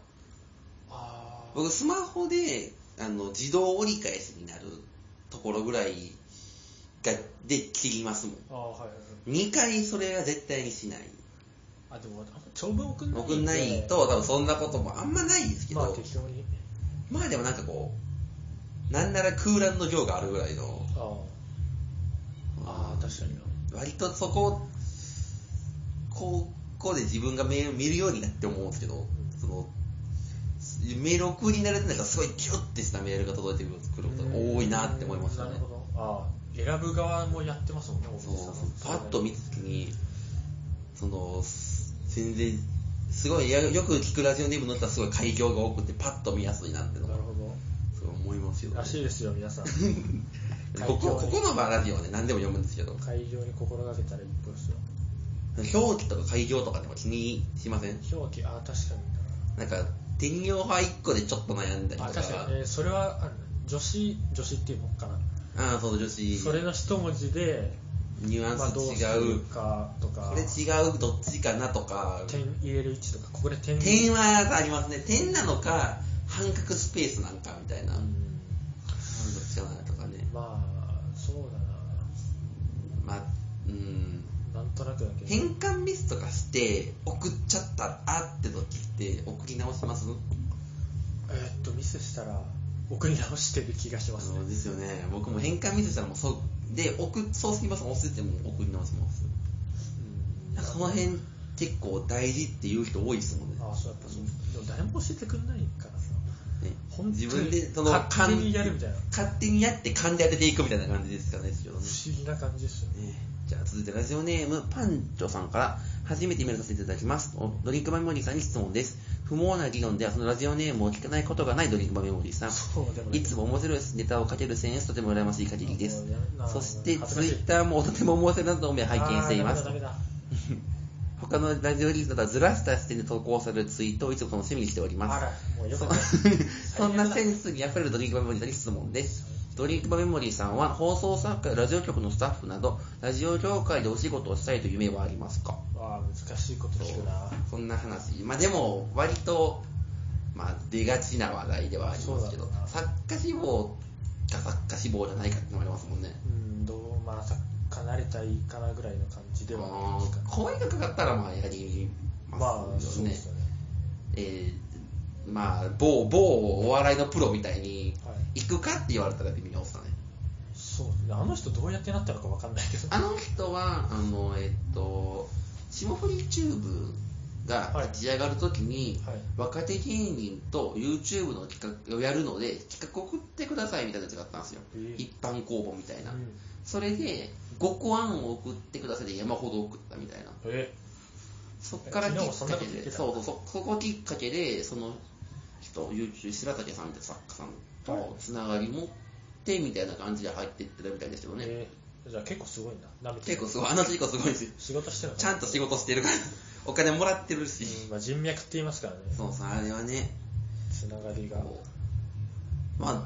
B: あー
A: 僕スマホであの自動折り返しになるところぐらいがで切りますもん
B: あーはいはいはい
A: 2回それは絶対にしない
B: あでもあんま長文送んないんで
A: 僕ないと多分そんなこともあんまないですけど、
B: ま
A: ま
B: あ
A: あ、
B: 適当に
A: でもなんかこうなんなら空欄の行があるぐらいの
B: あーあー確かにな
A: 割とそこをこうこうで自分がメール見るようになって思うんですけどそのメール送り慣れてなんかすごいギュッてしたメールが届いてくることが多いなって思いました
B: な
A: ね
B: るほどあー選ぶ側もやってますもんね大
A: そう
B: 口さん
A: パッと見た時にそのす全然すごいやよく聞くラジオネームの人はすごい開業が多くてパッと見やすいなっての
B: な
A: が
B: るほど
A: そう思いますよ、ね
B: ら、しいですよ皆さん 開業
A: こ
B: に
A: こここのラジオはね何でも読むんですけど
B: 改良に心がけたら一歩ですよ
A: 表記とか開業とかでも気にしません
B: 表記ああ確かにな
A: なんか手に用派1個でちょっと悩んだりと
B: あ
A: か
B: 確かに、えーそれはあの女子女子っていうのかな、
A: ああそう女子
B: それの一文字で、
A: ニュアン
B: まあ、
A: ス
B: どうす
A: 違う,、
B: るかとか
A: これ違うどっちかなとか
B: 点入れる位置とかここで点
A: 点はありますね点なのか半角スペースなんかみたいな、
B: うん
A: どっちかなとかね
B: まあそうだ
A: まあうん
B: ななんとなくだけど
A: 変換ミスとかして送っちゃったあって時って送り直します
B: えーっとミスしたら送り直してる気がしますね
A: そうですよね僕も変換ミスしたらもうそうで送そうすぎます押してても送り直します
B: うん
A: なんかその辺結構大事っていう人多いですもんね
B: あそうやっぱそうでも誰も教えてくれないからさ
A: ね
B: 本当に
A: 自分でその
B: 勝手にやるみたいな
A: 勘勝手にやって勘で当てていくみたいな感じですかねですけどね
B: 不思議な感じですよね
A: えーじゃあ続いてラジオネームパンチョさんから初めてメールさせていただきますおドリンクバメモリーさんに質問です不毛な議論ではそのラジオネームを聞かないことがないドリンクバメモリーさん
B: そうでも
A: いつも面白いネタをかけるセンスとても羨ましい限りです
B: あもうやめな
A: そして
B: 恥
A: ツ
B: ず
A: イ
B: かしい
A: ッターもとても面白いなどの目を拝見しています
B: あーダメだダメだ
A: 他 他のラジオリスナーとはずらした視点で投稿されるツイートをいつも楽しみにしており
B: あ
A: ます。
B: ら、もうよくない。
A: そんなセンスに溢れるドリンクバーメモリーさんに質問です。ドリンクバーメモリーさんは放送作家やラジオ局のスタッフなど、ラジオ業界でお仕事をしたいという夢はありますか
B: わあ、難しいこと聞くな。
A: そんな話。まあでも、割と、まあ出がちな話題ではありますけ
B: そ
A: ど
B: うだな、
A: 作家志望か作家志望じゃないかってのもありますもんね。
B: うん、どう、まあ、さ離れたいかなぐらいの感じではありますか
A: あー声がかかったらまあやり
B: ま
A: ま
B: あ、
A: す
B: そう
A: よね。
B: ですよね。
A: えーまあ、某、某お笑いのプロみたいに
B: は、
A: 行くかって言われたら微妙ですかね。
B: そうですね。あの人どうやってなったのかわかんないけど。
A: あの人は、あの、えっと、霜降りチューブが立ち上がるときに、
B: はいはい
A: 若手芸人と YouTube の企画をやるので、企画を送ってくださいみたいなやつがあったんですよ。
B: えー
A: 一般公募みたいな。
B: うん
A: それで、5個案を送ってくださいで山ほど送ったみたいな。
B: え
A: そっからきっ
B: 昨日もそんな
A: か
B: こ
A: け
B: と言って
A: で、
B: た
A: そうそうそう、そこきっかけで、その人、YouTube、白竹さんって作家さん
B: はい
A: とつながり持ってみたいな感じで入っていってるみたいですけどね。
B: えーじゃあ結構すごいな。舐めてる
A: 結構すごい、あの人結構すごいですよ。
B: 仕事してるの
A: ちゃんと仕事してるから、 お金もらってるし。
B: うんまあ、人脈って言いますからね。
A: そうそう、あれはね、
B: つながりが。
A: こう、まあ、うん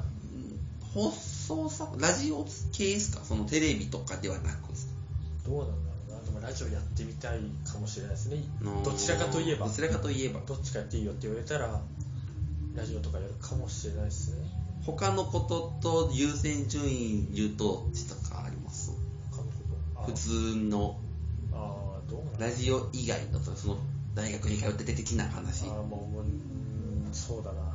A: 放送さ、ラジオ系ですかそのテレビとかではなくですか
B: どうなんだろうな。でもラジオやってみたいかもしれないですね。どちらかといえば。
A: どちらかといえば。
B: どっちかやっていいよって言われたら、ラジオとかやるかもしれないですね。
A: 他のことと優先順位言うと、ちとかあります
B: 他のこと。あ
A: 普通の
B: あーどうなん
A: ラ
B: だろう
A: ジオ以外のその大学に通ってて的な話
B: あーもうもう、うーん、そうだな。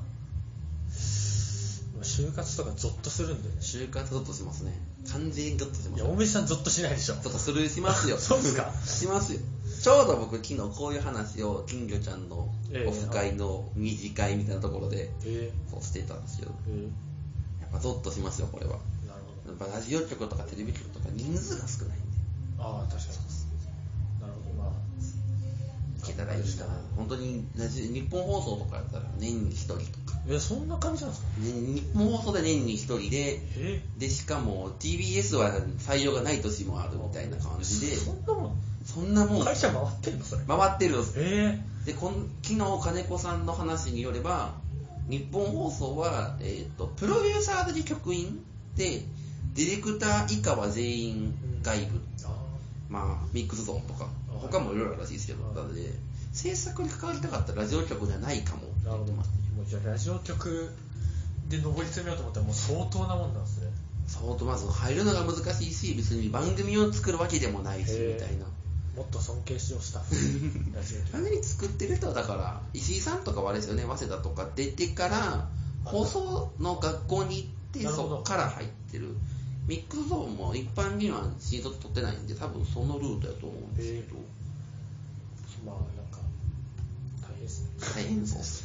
B: 就活とかゾッとするんだよね。
A: 就活ゾッとしますね完全にゾッとします
B: いや、大
A: よ
B: 飯さんゾッとしないでしょ。
A: ちょっとするしますよ
B: そうっすか
A: しますよちょうど僕昨日こういう話を金魚ちゃんの
B: ええ
A: オフ会の二次会みたいなところで
B: え
A: そうしてたんですけど
B: ー、えー
A: やっぱゾッとしますよこれは
B: なるほど。
A: やっぱラジオ局とかテレビ局とか人数が少ないんで
B: ああ、確かに。なるほど、まあ。
A: いけたらいいかな本当にラジ日本放送とかやったら年に1人とか、
B: え、そんな感じなんですか
A: ね、日本放送で年に1人で
B: え
A: でしかも TBS は採用がない年もあるみたいな感じで
B: そんなもん、
A: そんなもん回
B: 会社回ってんのそれ。
A: ってるんです
B: え
A: でこん昨日金子さんの話によれば日本放送は、えー、とプロデューサーだけ局員でディレクター以下は全員外部、
B: ー、あ
A: まあミックスゾーンとか他もいろいろあるらしいですけどなので制作に関わりたかったらラジオ局じゃないかもって
B: あ、な
A: 言っ
B: るほ
A: て
B: ど。も
A: ました
B: うじゃあラジオ局で上り詰めようと思ったらもう相当なもんなんですね。
A: そうとまず入るのが難しいし別に番組を作るわけでもないし
B: へー
A: みたいな
B: もっと尊敬しようスタ ッフ。ラジオ
A: 完
B: 局。
A: 全に作ってる人はだから石井さんとかはあれですよね早稲田とか出てから放送の学校に行って
B: なるほ
A: そ
B: ど
A: こから入ってるミックスゾーンも一般には新卒取ってないんで多分そのルートやと思うんですけど
B: まあ、なんか、大変ですね。
A: 大変そうっす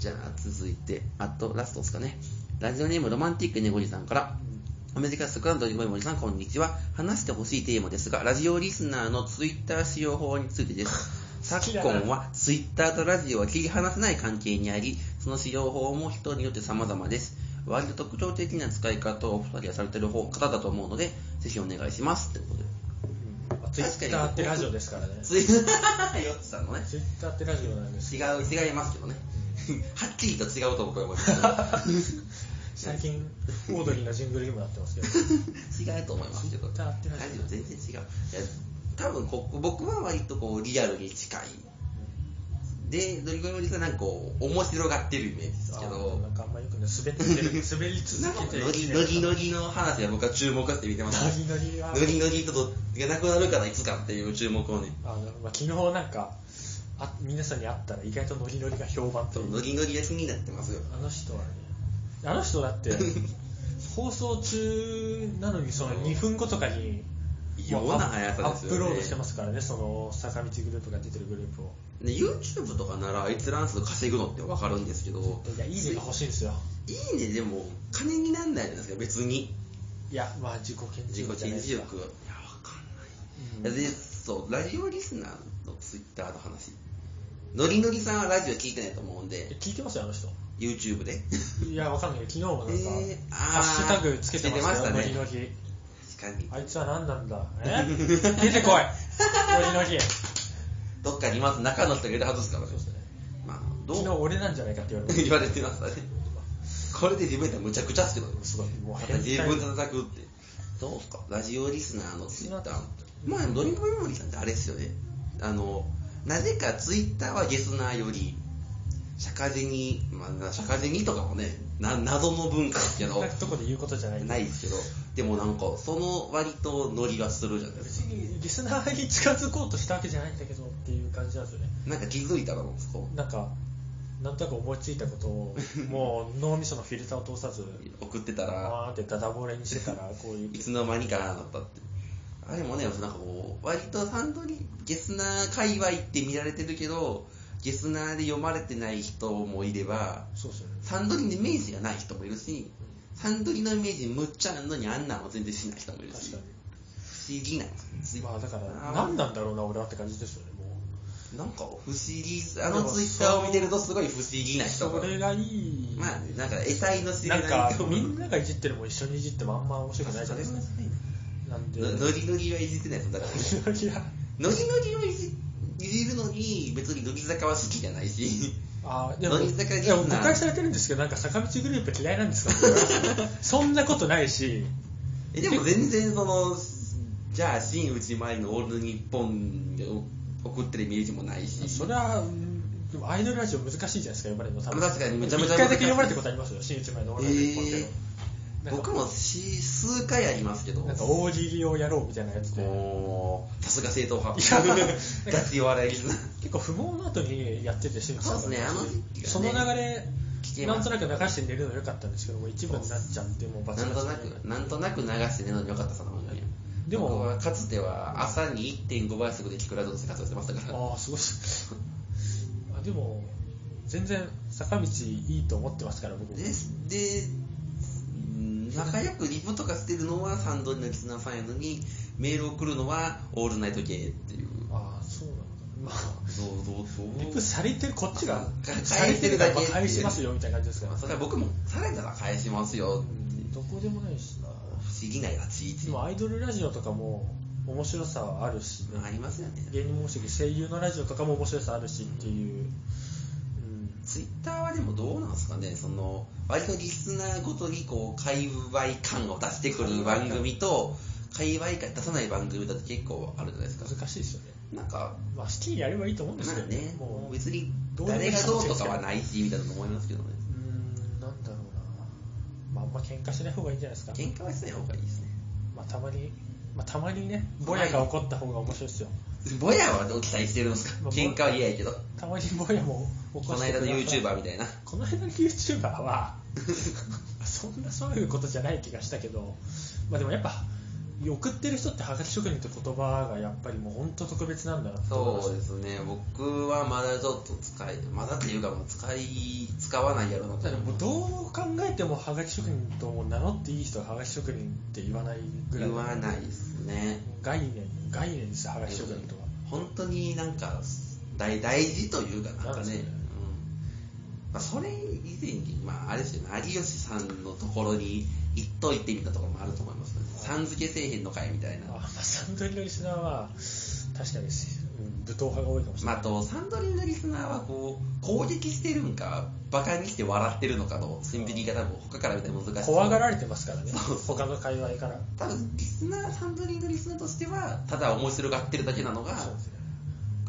A: じゃあ続いてあとラストですかねラジオネームロマンティックネゴリさんからアメリカスクランドリボイモリさん、こんにちは。話してほしいテーマですが、ラジオリスナーのツイッター使用法について です。昨
B: きだな
A: 今はツイッターとラジオは切り離せない関係にあり、その使用法も人によって様々です。割と特徴的な使い方をお二人はされてる方方だと思うので、ぜひお願いします。ということで。
B: うん。ツイッターってラジオですからね。
A: ツイッター、よっさんのね。
B: ツイッターってラジオなんです
A: 違
B: けど
A: う、違いますけどね。はっきりと違うと僕は思いますけど。
B: 最近、オードリーのジングルにもなってます けど。
A: 違うと思いますけど、
B: Twitter って
A: ラ
B: 何
A: ジオ全然違う。いや多分こ僕は割とこうリアルに近い。で、ドリコミさんなんかこう面白がってるイメージですけ
B: あーな
A: ど、
B: んかあんまよくね、滑って る、滑り
A: なん
B: 続
A: か
B: けて
A: ノリノリノリの話は僕は注目して見てます。ノ
B: ノリノリは。
A: リノリとどがなくなるからいつかっていう注目をね。
B: あのまあ、昨日なんかあ皆さんに会ったら意外とノリノリが評判と
A: そう
B: いう
A: ノリノリが気になってますよ。
B: あの人はねあの人だ って放送中なのにその2分後とかに
A: 異様な速さですよね
B: アップロードしてますからねその坂道グループが出てるグループを
A: で YouTube とかなら閲覧数稼ぐのってわかるんですけど、
B: いやいいねが欲しいんですよ
A: いいねでも金になんないじゃないですか、別に。
B: いやまあ自己顕
A: 自
B: 示
A: 己
B: 欲じゃな
A: 顕
B: いで
A: 示
B: す
A: 欲。
B: か
A: いや、わかんない。
B: うん
A: でそうラジオリスナーのツイッターの話ノリノリさんはラジオ聞いてないと思うん
B: え
A: で
B: 聞いてますよあの人
A: YouTube で
B: いやわかんないけど昨日もなんか、
A: えーあー
B: ハッシュタグつけてました
A: つけ
B: よノ
A: て
B: リ
A: ま
B: ノ
A: し
B: リ
A: 確かに
B: あいつは何なんだえ出てこいノリノリ
A: どっかにいます。中の人がいるはずですからね
B: そうですね。
A: まあ、ど
B: 昨日
A: う
B: 俺なんじゃないかって言われて
A: 言われてましたね。これで自分やったらむちゃくちゃっすけどね。
B: すごいも
A: ま
B: う
A: た自分で叩くって。どうっすかラジオリスナーのツイッター。まあ、ドリンクメモリーさんってあれですよね。あの、なぜかツイッターはゲスナーより、釈迦にまあ、釈迦にとかもね、な謎の文化ですけど
B: なん、かどこで言うことじゃない
A: ないですけど、でもなんか、その割とノリはするじゃないですか。
B: 別にリスナーに近づこうとしたわけじゃないんだけどっていう感じなんですよね
A: なんか気づいたらもうそこ、
B: なんかなんとなく思いついたことをもう脳みそのフィルターを通さず
A: 送ってたら、
B: わーってダダ漏れにしてたらこういう
A: いつの間にかなだったって。あれもね、なんかこう、割とサンドリゲスナー界隈って見られてるけど、ゲスナーで読まれてない人もいれば、
B: そうですよね
A: サンドリのイメージがない人もいるし、サンドリのイメージむっちゃあんのにあんなんは全然しない人もいる
B: 確
A: し、
B: か
A: 不思議なんです
B: に
A: よ
B: ま
A: ね。
B: あだから
A: あー
B: 何なんだろうな俺はって感じですよねもう
A: なんか不思議、あのツイッターを見てるとすごい不思議な人
B: そ
A: が。
B: れがいい
A: まあ、なんか得体の知れ
B: な
A: なんい
B: か
A: 人も
B: みんながいじってるもん一緒にいじってもあんま面白くないじゃないですかなんで
A: のノリノリはいじってないですだから
B: いや
A: ノリノリをいじいじるのに別に乃木坂は好きじゃないし
B: あーでも
A: 乃木坂リス
B: い
A: ナ
B: や
A: ー
B: 誤解されてるんですけどなんか坂道グループ嫌いなんです かって言われてそんなことないし
A: えでも全然そのじゃあ新内前のオールド日本を送ってるイメージもないし
B: それはうんでもアイドルラジオ難しいじゃないですか呼ばれるの多分
A: 確かにめちゃめちゃ
B: 一回だけ呼ばれたことありますよ新内前のオールナイトニッポンっていう
A: え
B: のなんか
A: 僕もし数回ありますけど
B: なんか大喜利をやろうみたいなやつで
A: おーさすが正統派
B: いや
A: ガチ笑いリスナー
B: 結構不毛の後にやってて新内さんが
A: そうですねあの時期がね
B: その流れ
A: 聞け
B: なん
A: ま
B: と
A: す
B: なく流して寝るの良かったんですけどもう一部になっちゃってもうバチ
A: な
B: バ
A: ん
B: チ
A: となくなんとなく流してねのによかったかな
B: でも
A: 僕はかつては朝に1.5倍速で聞くラジオとして活動してましたから
B: ああすごいっすあでも全然坂道いいと思ってますから僕も
A: ででうん仲良くリプとかしてるのはサンドリのリスナーさんやのにメール送るのはオールナイト系っていう
B: ああそうなんだまあ
A: そうそうそう
B: リプされてるこっちが
A: か
B: されてるから返しますよみたいな感じですから
A: それは僕もされたら返しますよ
B: うんどこでもないしな
A: 不思議なやつい
B: で
A: つ
B: も
A: も
B: アイドルラジオとかも面白さはあるしね
A: ありますよね
B: 芸人も面白いし声優のラジオとかも面白さあるしっていう、うん、
A: ツイッターはでもどうなんですかねその割とリスナーごとにこう界隈感を出してくる番組と界隈感出さない番組だって結構あるじゃないですか
B: 難しいですよね
A: なんか
B: まあ好きにやればいいと思うんです
A: ま
B: け
A: あ
B: どね
A: ね、
B: もう
A: 別に誰がどうとかはないしみたいなの思いますけどね
B: うーん、なんだろうな、まあ、あんま喧嘩しない方がいいんじゃないですか、
A: 喧嘩はしない方がいいですね
B: まあ、たまに、まあ、たまにね、ぼやが起こった方が面白いですよ、
A: ボヤはどう期待してるんですか
B: まあ
A: 喧嘩は嫌やけど
B: たまにぼやも
A: こ
B: 起こ
A: の
B: して
A: 間
B: く
A: の
B: ださい
A: YouTuber みたいな
B: この間の YouTuber は、 そんなそういうことじゃない気がしたけど、まあ、でもやっぱ、送ってる人ってはがき職人って言葉がやっぱりもう本当特別なんだなと思いま
A: そう
B: し
A: ですね僕はまだちょっと使いまだっていうかもう使い使わないやろうなと
B: ただもうどう考えてもはがき職人とも名乗っていい人ははがき職人って言わないぐらい
A: 言わないですね
B: 概念概念ですよはがき職人とは。
A: 本当になんか大大事というかなん
B: な
A: か
B: んです
A: ね
B: ね
A: うんまあ、それ以前に、まあ、あれですよね有吉さんのところに行っといてみたところもあると思いますねさん付けせえへんの会みたい
B: あま
A: な
B: あ、サンドリのリスナーは確かにです、うん、武闘派が多いかもしれ
A: まあ、
B: ない、
A: あとサンドリーのリスナーはこう攻撃してるんかバカにして笑ってるのかの線引きが多分他から見て難しい
B: 怖がられてますからね
A: そう
B: 他の界隈から
A: 多分リスナーサンドリーのリスナーとしてはただ面白がってるだけなのが
B: そうですね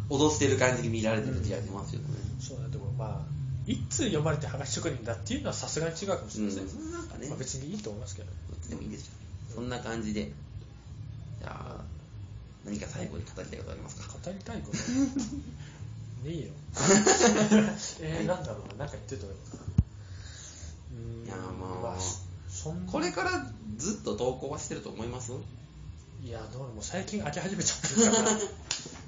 A: 脅してる感じに見られてる気がしますよね、
B: そうだと思うまあ一通読まれてはがき職人だっていうのはさすがに違うかもし
A: う
B: れ
A: ん、
B: ません、
A: それなんかね
B: まあ、別にいいと思いますけど
A: どっちでもいいでしょそんな感じでじゃあ何か最後に語りたいことありますか
B: 語りた いことねえよえー、なんだろうななんか言ってたのかなうーん
A: いやまあ
B: まあそんな
A: これからずっと投稿はしてると思います
B: いやどうももう最近飽き始めち ゃったか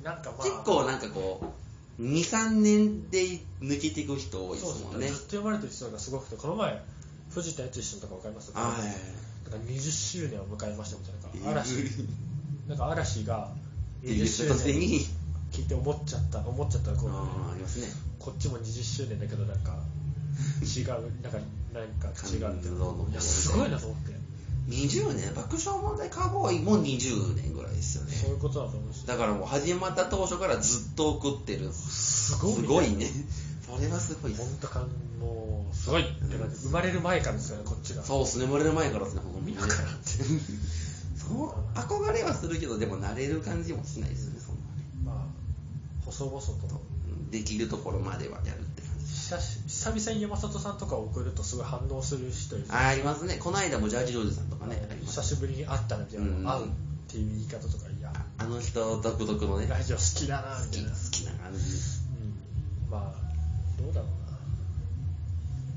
B: らなんかまあ
A: 結構なんかこう23年で抜けていく人多いで
B: そうですす
A: もん
B: ね。
A: ね
B: ずっと読まれてる人がすごくて、この前、藤田悦史さんとかわかります
A: あはい
B: なんか20周年を迎えましたみたいな。
A: え
B: 嵐
A: ー、
B: なんか嵐が
A: デビュ
B: 20
A: ーした
B: 周
A: 時
B: 年
A: に
B: 聞いて思っちゃった、思っちゃったらこう
A: あーありますね
B: こっちも20周年だけど、なんか、違う、なんか、なんか違うって
A: 感動の
B: いや、すごいなと思って。
A: 20年爆笑問題カーボーイも20年ぐらいでですよね
B: そういうことだと思うんですよ
A: だからもう始まった当初からずっと送ってるす
B: ごいね
A: ねそれはすごいです
B: 本当かもうすごいって感じ生まれる前からですよねこっちが
A: そうですね生まれる前からですねここみんなね
B: だから
A: そう憧れはするけどでも慣れる感じもしないですよねそんな
B: まあ細々と
A: ねできるところまではやるって感じ
B: 久し久々に山里さんとかを送るとすごい反応する人いる
A: あありますねこの間もジャージ・ジョージさんとかねありました
B: 久しぶりに会ったみたいな、
A: うん
B: 会うっていう言い方とかいや
A: あの人独特のね
B: ラジオ好きだな
A: 好
B: みた
A: き
B: いな、
A: 好きな感じ
B: うん、まあどうだろうな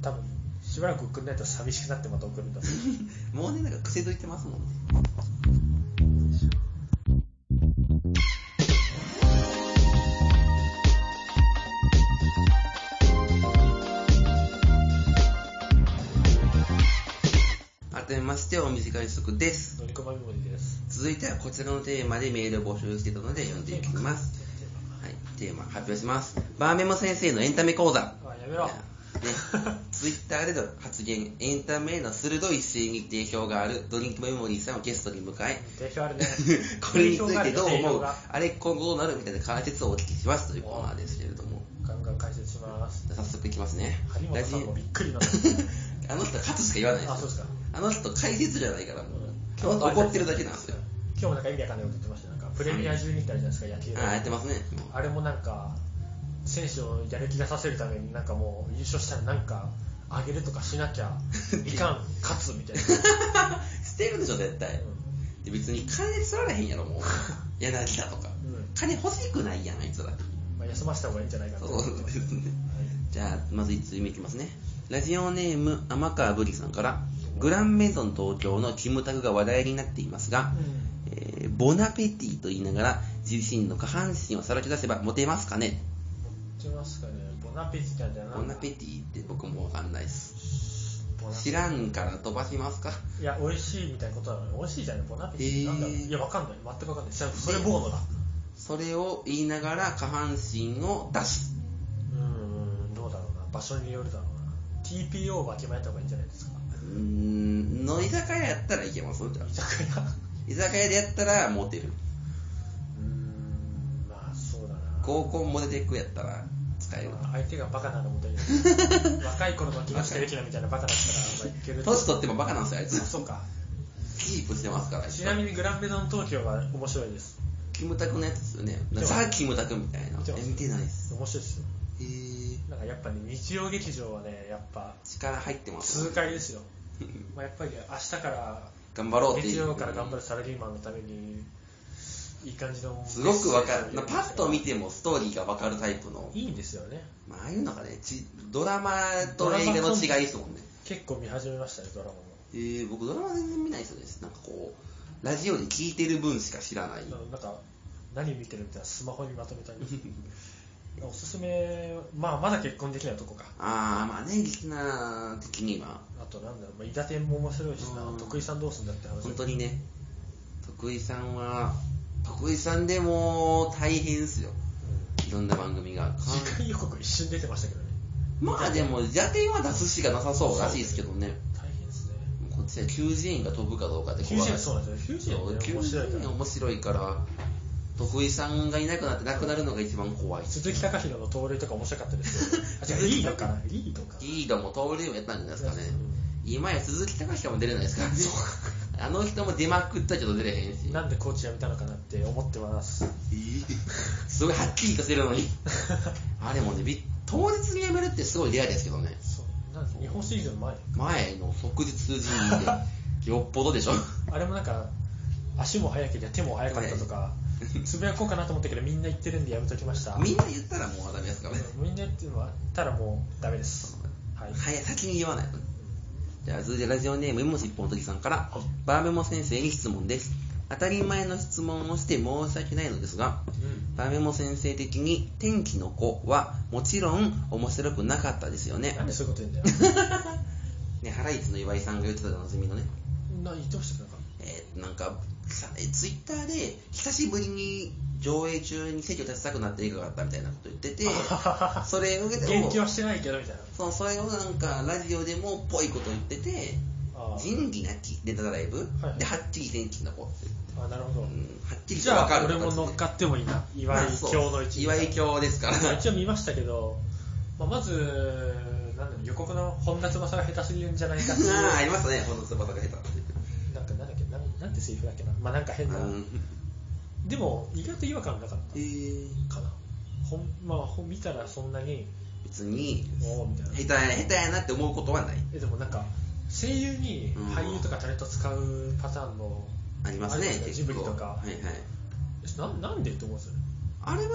B: 多分しばらく送んないと寂しくなってまた送るんだと思 う
A: もうねなんか癖づいてますもんね改めましてお短い速です
B: 乗り込まみもりです
A: 続いてはこちらのテーマでメールを募集してたので読んでいきますはい、テーマ発表しますバーメモ先生のエンタメ講座
B: あやめろ
A: ね、ツイッターでの発言、エンタメへの鋭い正義定評があるドリンクメモリーさんをゲストに迎え、
B: 定評あるね
A: これについてどう
B: 定
A: 思
B: 評
A: う
B: が
A: あれ今後どうなるみたいな解説をお聞きしますというコーナーですけれども、
B: ガンガン解説します
A: じゃあ早速いきますね。
B: 張本さんもびっくりなん だ
A: あの人、勝つしか言わないで
B: あ
A: す
B: そう
A: よ
B: ですか
A: あの人、解説じゃないから、もう
B: うん、
A: 今日怒ってるだけなんですよ。
B: 今日もなんか意味わかんないこと言ってましたよなんかプレミア12ってあるじゃないですか野球の
A: ああ、やってますね。
B: あれもなんか選手をやる気出させるためになんかもう優勝したらなんかあげるとかしな きゃいかん勝つみたい
A: 捨てるでしょ、絶対。で別に金取られへんやろ、 もう。柳田とか。
B: な、うん
A: 金欲しくないやん、あいつら。
B: まあ、休ませた方がいいんじゃないかなと
A: そ
B: 思
A: うで
B: ってますす、はい
A: ね。じゃあ、まず1通目いきますね。ラジオネーム、天川ブリさんから、グランメゾン東京のキムタクが話題になっていますが、えーボナペティと言いながら、自身の下半身をさらけ出せばモテますかね
B: 持ってますかねボナペティってあるじゃない
A: ボナペティって僕もわかんないです。
B: ボナ
A: 知らんから飛ばしますか
B: いや美味しいみたいなことなのに美味しいじゃないボナペテ
A: へ
B: ィ
A: ー
B: なんだろういやわかんない全くわかんないそれそれボーノだ
A: それを言いながら下半身を出す。
B: うーんどうだろうな場所によるだろうな TPO をわきまえた方がいいんじゃないですか
A: うーん、の居酒屋やったらいけますじゃあ
B: 居酒屋
A: 居酒屋でやったらモテる。
B: うーんまあそうだな
A: 合コンモテテックやったら使える。
B: 相手がバカなの もとに若い頃の木下ゆきなみたいなバカだったらまあいけると
A: 年取ってもバカなんですよ、あい
B: あ
A: つ。
B: そうか
A: キープしてますから、あいつ
B: ちなみにグランメゾン東京は面白いです
A: キムタクのやつですよね。
B: 見てます
A: ザ・キムタクみたいな。
B: 見てます
A: え見てないです。
B: 面白いですよ
A: へー
B: なんかやっぱね日曜劇場はねやっぱ
A: 力入ってます。
B: 痛 快ですよ、まあ、やっぱり明日から
A: 頑張ろうっていう。
B: 日曜から頑張るサラリーマンのためにいい感じの
A: すごくわかる。
B: メッセージを入れて
A: パッと見てもストーリーがわかるタイプの。
B: いいんですよね
A: まあ、ああいうのがね、ちドラマと映画の違いですもんね。
B: 結構見始めましたねドラマも
A: えー、僕ドラマ全然見ない人です。なんかこう、ラジオで聞いてる分しか知らない。
B: あのなんか何見てるみたいなスマホにまとめたりおすすめ、まあ、まだ結婚できないとこか
A: あー、まあね、リスナー的には、
B: あとなんだろう、まあ、伊達天も面白いしな
A: うん
B: 徳井さんどうすんだって話
A: 本当にね、徳井さんは、徳井さんでも大変ですよ。
B: うん
A: いろんな番組が。
B: 次回予告一瞬出てましたけどね
A: まあでも、邪点は出すしかなさそうらしいですけどね。
B: 大変ですね
A: こっちは求人員が飛ぶかどうかって
B: ヒュージェン
A: う
B: そうなんですよヒュージェンって
A: 求
B: 面白い
A: 人
B: か
A: 員
B: ら
A: 面白いから、徳井さんがいなくなってなくなるのが一番怖い。
B: 鈴木貴弘の盗塁とか面白かったですよ あ違うリードかなリードか
A: リードも盗塁もやったんじゃないですかね。今や鈴木隆史も出れないですからね。あの人も出まくったけど出れへんし。
B: なんでコーチ辞めたのかなって思ってます
A: すごいはっきりとしてるのに。あれもね、び当日に辞めるってすごいレアですけどね。
B: そうなん日本シリーズの前
A: 前の即日人で、 よっぽどでしょ。
B: あれもなんか足も速けりゃ手も速かったと かつぶやこうかなと思ったけどみんな言ってるんでやめときました
A: みんな言ったらもうダメですからね。
B: みんな言ってるのはたらもうダメですはい
A: はい、先に言わないと。じゃあ、続いてラジオネーム、もしっぽんときさんから、バーメモ先生に質問です。当たり前の質問をして申し訳ないのですが、
B: うん
A: バーメモ先生的に天気の子はもちろん面白くなかったですよね
B: なん。でそういうこと言うんだよ
A: ね、ハライチの岩井さんが言ってたのおなじみのね、
B: な言ってほしくなかっ
A: えーなんか、さツイッターで久しぶりに上映中に席を立ちたくなった映画があったみたいなこと言って て、
B: た
A: それを受けて
B: 言
A: も
B: 及はしてないけどみたいな
A: そう、それをなんかラジオでもっぽいこと言ってて、
B: あー
A: 仁義なきネタライブ、
B: はいはい
A: ではっきり天気の子、
B: あーなるほど
A: うん、はっきりち
B: じ
A: ゃ
B: ゃ
A: わか
B: あ
A: る
B: 俺も乗っかってもいいな岩井教の一
A: まあそう岩井教ですから
B: まあ一応見ましたけど、まあ、まずなんだろう予告の本田翼が下手すぎるんじゃないかってい う
A: ああ、ありましたね、ほんの翼が下手って
B: なんかなんだっけなんなんてセリフだっけなまあなんか変なでも意外と違和感なかっ
A: えー、
B: たかなほんまあほん見たらそんなに
A: 別に、
B: おおみたいな
A: 下手や、下手やなって思うことはない。
B: えでもなんか声優に
A: うん
B: 俳優とかタレント使うパターンの
A: ありますね
B: あれ、とかジ
A: 結
B: ブ
A: 構。
B: リとか、
A: はいはい。
B: ななんでって思うんですよね
A: あれは、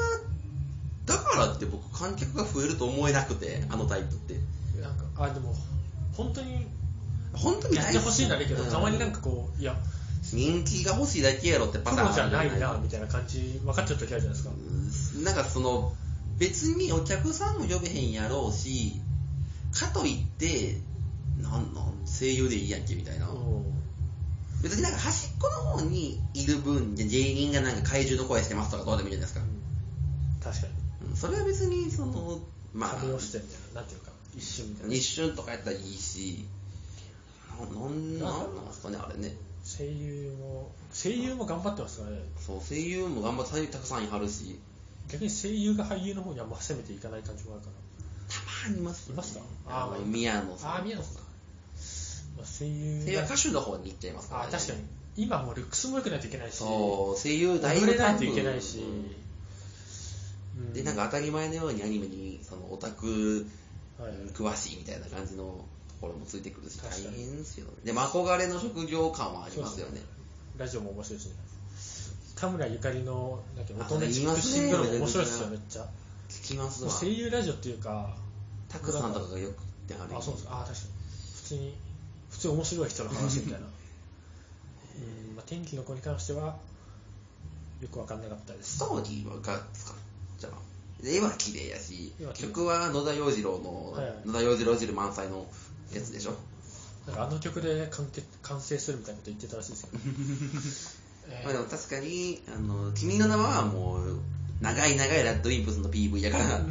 A: だからって僕、観客が増えると思えなくて、あのタイプって。
B: なんかあでも本当に
A: 本当に
B: やってほしいんだけど、
A: うん
B: たまになんかこういや
A: 人気が欲しいだけやろってパ
B: プ
A: ターン
B: ロじゃないなみ
A: たい
B: たいな感じ分かっちゃう時あるじゃないですか、
A: な。なんかその、別にお客さんも呼べへんやろうし、かといって、なんなん、声優でいいやんけみたいな。
B: う
A: 別になんか端っこの方にいる分、芸人がなんか怪獣の声してますとかどうでもいいじゃないですか
B: ん。確かに
A: うんそれは別に、その、まあ、
B: 壁をしてみたいななんていうか一瞬みたいな
A: 一瞬とかやったらいいし、ななんなんなんですかね、あれね。
B: 声優も声優も頑張ってますからね
A: そう、声優も頑張ってたくさんいはるし、
B: 逆に声優が俳優の方にあんま攻めていかない感じもあるから
A: たまにいますよ、
B: いますか
A: あ
B: あ
A: の
B: ー
A: 宮野さん。
B: ああー宮野さんか、まあ、声優
A: 声優
B: が
A: は歌手の方に行っちゃいますから、
B: あー確かに今もうルックスも良くないといけないし
A: そう、声優大
B: 売れないといけないし、
A: で、なんか当たり前のようにアニメに、その、オタク、
B: はい
A: 詳しいみたいな感じのところもついてくるし、大
B: 確かに
A: 変ですよね。でも憧れの職業感はありますよね。
B: ラジオも面白いしね田村ゆかりのなんか
A: あ
B: 乙女チックシングルも面白いですよめっちゃ
A: 聞きます
B: もう
A: わ。
B: 声優ラジオっていうか
A: たくさんとかがよく言ってはる。
B: あそうですあー確かに普通に普通に面白い人の話 みたいなうん、まあ、天気の子に関してはよく分かんなかったです
A: ストーリーはガッツか。じゃあ、で絵は綺麗やし
B: 絵は、綺麗
A: 曲は野田洋次郎の、
B: はいはい
A: 野田洋次郎汁満載のやつでしょ。
B: なんかあの曲で完結完成するみたいなこと言ってたらしいですけど、え ー
A: まあでも確かに、あの、君の名はもう、長い長いラッドウィンプスの PV や から、
B: 確か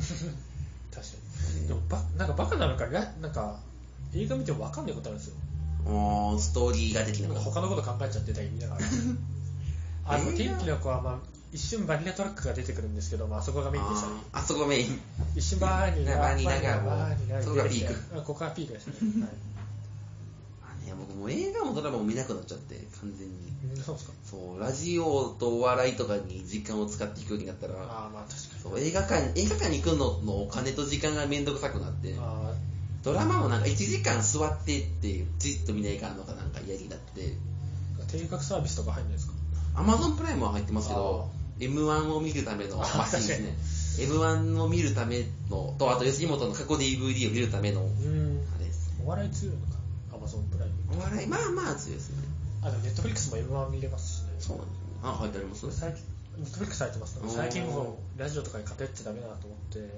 B: にでもばなんかバカなのかラなんか映画見ても分かんないことあるんですよ
A: もう、ストーリーができな
B: なん
A: か
B: か
A: った。
B: 他のこと考えちゃってたり見なが らあの
A: 映画
B: 天気の子は、まあ、一瞬バニラトラックが出てくるんですけど、まああそこがメインでしたね
A: あーあそこメイン。
B: 一瞬バーニラ
A: バニラが
B: バーニラ
A: そこ
B: 出
A: が
B: て
A: ピ
B: き
A: ー
B: て
A: ク
B: うんここがピークですね、はい
A: あね、僕もう映画もドラマも見なくなっちゃって、完全に。
B: うんそ うですか
A: そう、ラジオとお笑いとかに時間を使っていくようになったら、
B: ああまあ確かに
A: そう映画館、映画館に行くののお金と時間がめんどくさくなって、
B: あ
A: ドラマもなんか1時間座ってって、じっと見ないかんのかなんか嫌になって、
B: ー定額サービスとか入んないですか
A: アマゾンプライムは入ってますけど、M1 を見るためのマ
B: あ
A: シンですね。M1 を見るための、と、あと吉本の過去 DVD を見るための、
B: うーん
A: あれですね。
B: お笑い強いのかアマゾンプライム
A: お笑い、まあまあ強いですね。
B: あでもネットフリックスも M1 見れますしね
A: そうなんですね。あ、入ってあります
B: 最近ネットフリックス入ってますね
A: うん
B: 最近もうラジオとかに偏っちゃダメだなと思って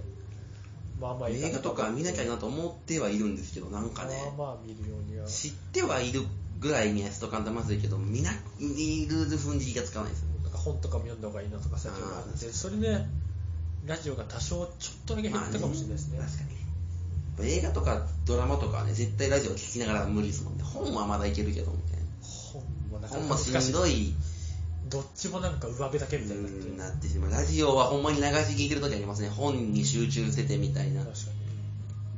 B: まあまあいいか
A: 映画とか見なきゃ
B: な
A: なと思ってはいるんですけど、なんかね、
B: まあまあ見るようには
A: 知ってはいるぐらいにはしとかんとまずいけど、見な、見るふんじがつかないですよ。
B: なんか本とかも読んだ方がいいなとか最近はあっ
A: あ
B: てそれでラジオが多少ちょっとだけ減ったかもしれないですね,、
A: まあ確かに。映画とかドラマとかはね、絶対ラジオ聞きながら無理ですもんね。本はまだいけるけど、みたい
B: 本も
A: な。
B: なかな
A: 本
B: か
A: も
B: 難
A: し
B: しい
A: んどい、
B: どっちもなんか上辺だけみたいになって
A: うん
B: 確
A: なってしまう。ラジオはほんまに流し聞いてる時ありますね。本に集中しててみたいな
B: か。に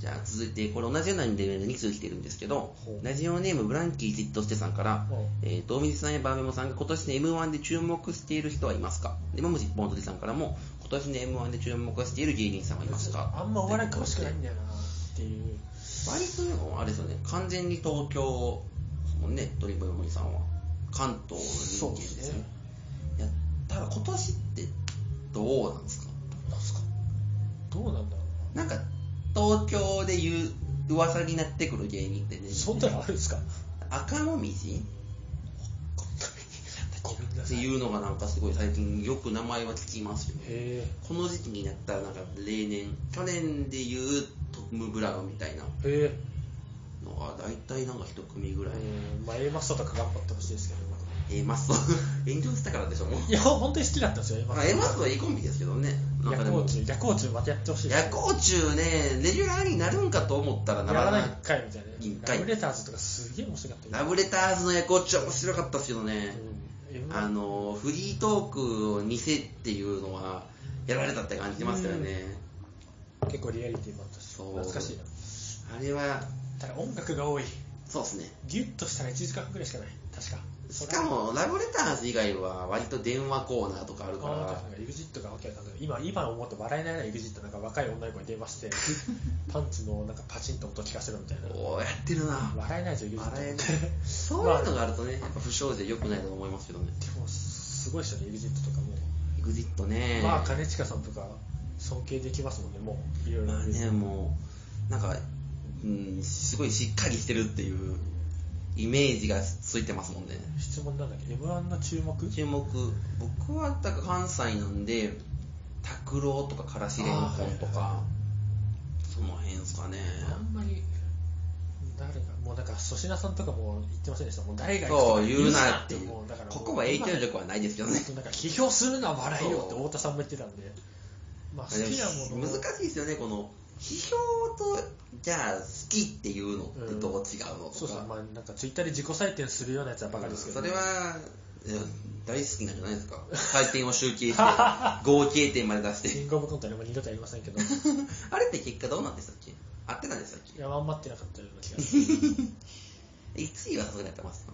A: じゃあ続いて、これ同じようなレベルで2通来てるんですけど
B: ほ、う
A: ラジオネームブランキーじっとしてさんから
B: ほう、
A: えー、大水さんやバーメモさんが今年の M1 で注目している人はいますかで、ももしポンとりさんからも、今年の M1 で注目している芸人さんはいますか
B: あんまお笑い詳しくないんだよなっていう
A: 割と、あれですよね、完全に東京ですもんね、ドリブル森さんは。関東の人間ですよね。いや、ただ今年ってどうなんですか
B: なんすかどうなんだろ
A: なんか、東京で言う噂になってくる芸人ってね
B: う、そんなのあるんですか
A: 赤もみじ
B: ごめんな
A: っ
B: さ
A: て
B: いへ
A: いうのがなんかすごい最近よく名前は聞きますよね。
B: え
A: この時期になったらなんか例年、去年で言うトム・ブラウンみたいな
B: へえ
A: のが大体なんか一組ぐらい。
B: うんまあ A マストとか頑張ってほしいですけど僕
A: えー、マスト、 炎上したからでしょ、もう。
B: いや本当に好きだったんですよ A マ
A: まあ、
B: スト
A: A マストはいいコンビですけどね。なんか
B: 夜
A: で
B: 行
A: も、
B: 中夜行中またやってほしいです
A: 夜行中ね、レギュラーになるんかと思ったらな
B: や
A: ら
B: ら
A: な
B: ないい。一回みたい
A: 一
B: な
A: 回
B: ラブレターズとかすげえ面白かったよ
A: ラブレターズの夜行中面白かったですけどね。
B: うん M1
A: あのフリートークを見せっていうのはやられたって感じてましたよね、
B: 結構リアリティもあったし
A: そう
B: 懐かしいな
A: あれは
B: ただ音楽が多い
A: そうですね
B: ギュッとしたら1時間半ぐらいしかない確か
A: しかもラブレターズ以外は割と電話コーナーとかあるか
B: あ
A: ら
B: なんか EXIT がわけわかんない今今思うと笑えないな EXIT なんか若い女の子に電話して パンツのなんかパチンと音聞かせるみたいな
A: おおやってるな
B: 笑えないですよ EXIT
A: あれ
B: って
A: そういうのがあるとねやっぱ不祥事良くないと思いますけどね
B: でもすごい人ね EXIT とかも
A: EXIT ね
B: まあ兼近さんとか尊敬できますもんねもういろいろ
A: まあねもうなんか、うん、すごいしっかりしてるっていうイメージがついてますもんね
B: 質問なんだっけ m 1の注目
A: 注目僕はだから関西なんで拓郎とかからしれんこんと
B: あーはいはい
A: か
B: は
A: その辺ですかね
B: あんまり誰がもうなんか粗品さんとかも言ってませんでしたもう誰が行くとか
A: そう言うなっていう
B: もだからもう
A: ここは影響力はないですよね
B: なんか批評するのは笑いよって
A: そう
B: 太田さんも言ってたんで、まあ、好きなもの
A: 難しいですよねこの批評とじゃあ好きっていうのってどう違うの
B: そ
A: と
B: うそう
A: か、
B: まあなんかツイッターで自己採点するようなやつはバカですけど、
A: それはいや大好きなんじゃないですか採点を集計 して合計点まで出して
B: キングオブコントはもう二度とやりませんけどい
A: あれって結果どうなんでしたっけ合ってたんでしたっけ
B: や頑張ってなかったような気がする
A: ?1 位はさすがにやってます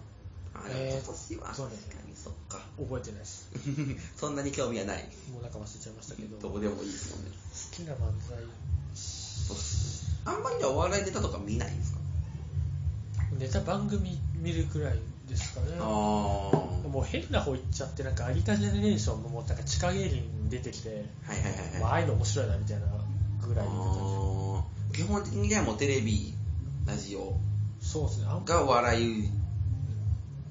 A: あでも
B: えー
A: 今年は
B: そう
A: 確か
B: ね
A: にそっか
B: 覚えてないです
A: そんなに興味はない
B: もうなんか忘れちゃいましたけど
A: ど
B: 好
A: うでもいいですもんね
B: きな漫才
A: そうっすあんまりお笑いネタとか見ないんですか
B: ネタ番組見るくらいですかね
A: ああー
B: もう変な方行っちゃってなんか有田ジェネレーションのもうなんか地下芸人出てきて、
A: はいはいはいはい
B: まあああいうの面白いなみたいなぐらいの感
A: あー基本的にはもうテレビラジオ
B: じそうですねあんま
A: が笑い
B: り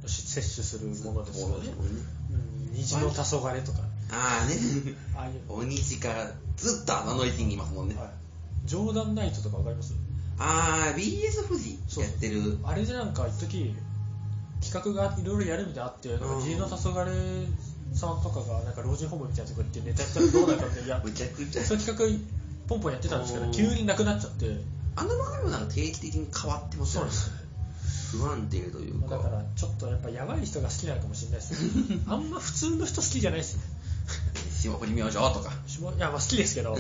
B: 摂取するものですよね、
A: もんね
B: うん、虹の黄昏とか
A: ああね
B: ああいう
A: 大西からずっとあの位置にいますもんね、
B: はい、ジョーダンナイトとかわかります
A: ああ BS 富士やってる
B: あれでなんか一時企画がいろいろやるみたいなのあって、なんか
A: うん
B: 虹の黄昏さんとかがなんか老人ホームみたいなとこ行ってネタやったらどうなるかっていや
A: むちゃくちゃ
B: そういう企画ポンポンやってたんですけ
A: う
B: ど
A: ん
B: 急になくなっちゃって
A: あの番組もなんか定期的に変わってますよね不安定という
B: まあ
A: か
B: だからちょっとやっぱやばい人が好きなのかもしれないですね あんま普通の人好きじゃないですね
A: 霜降り明星とか
B: しもいやまあ好きですけど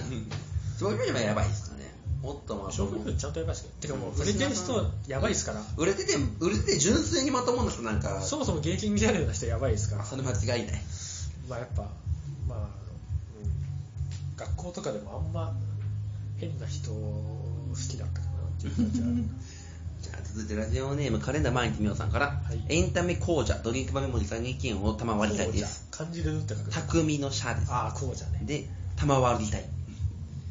A: 霜降り明星はやばいですかねもっとまと
B: 勝負
A: も
B: 分ちゃんとやばいですけどてかもう売れてる人やばいですから
A: 売れてて売れてて純粋にまともな人なんか
B: そもそも現金ギャルな人やばいですから
A: それ間違いない
B: まあやっぱ、まあうん、学校とかでもあんま変な人好きだったかなっていう感じ はあるな
A: じゃあ続いてラジオネームカレンダー毎日みおさんから、
B: はい
A: エンタメ講座ドリンクバメモリーさんに意見を賜りたいです
B: こうじゃ感じるって書く
A: 匠の社です
B: ああこうじゃね
A: で賜りたい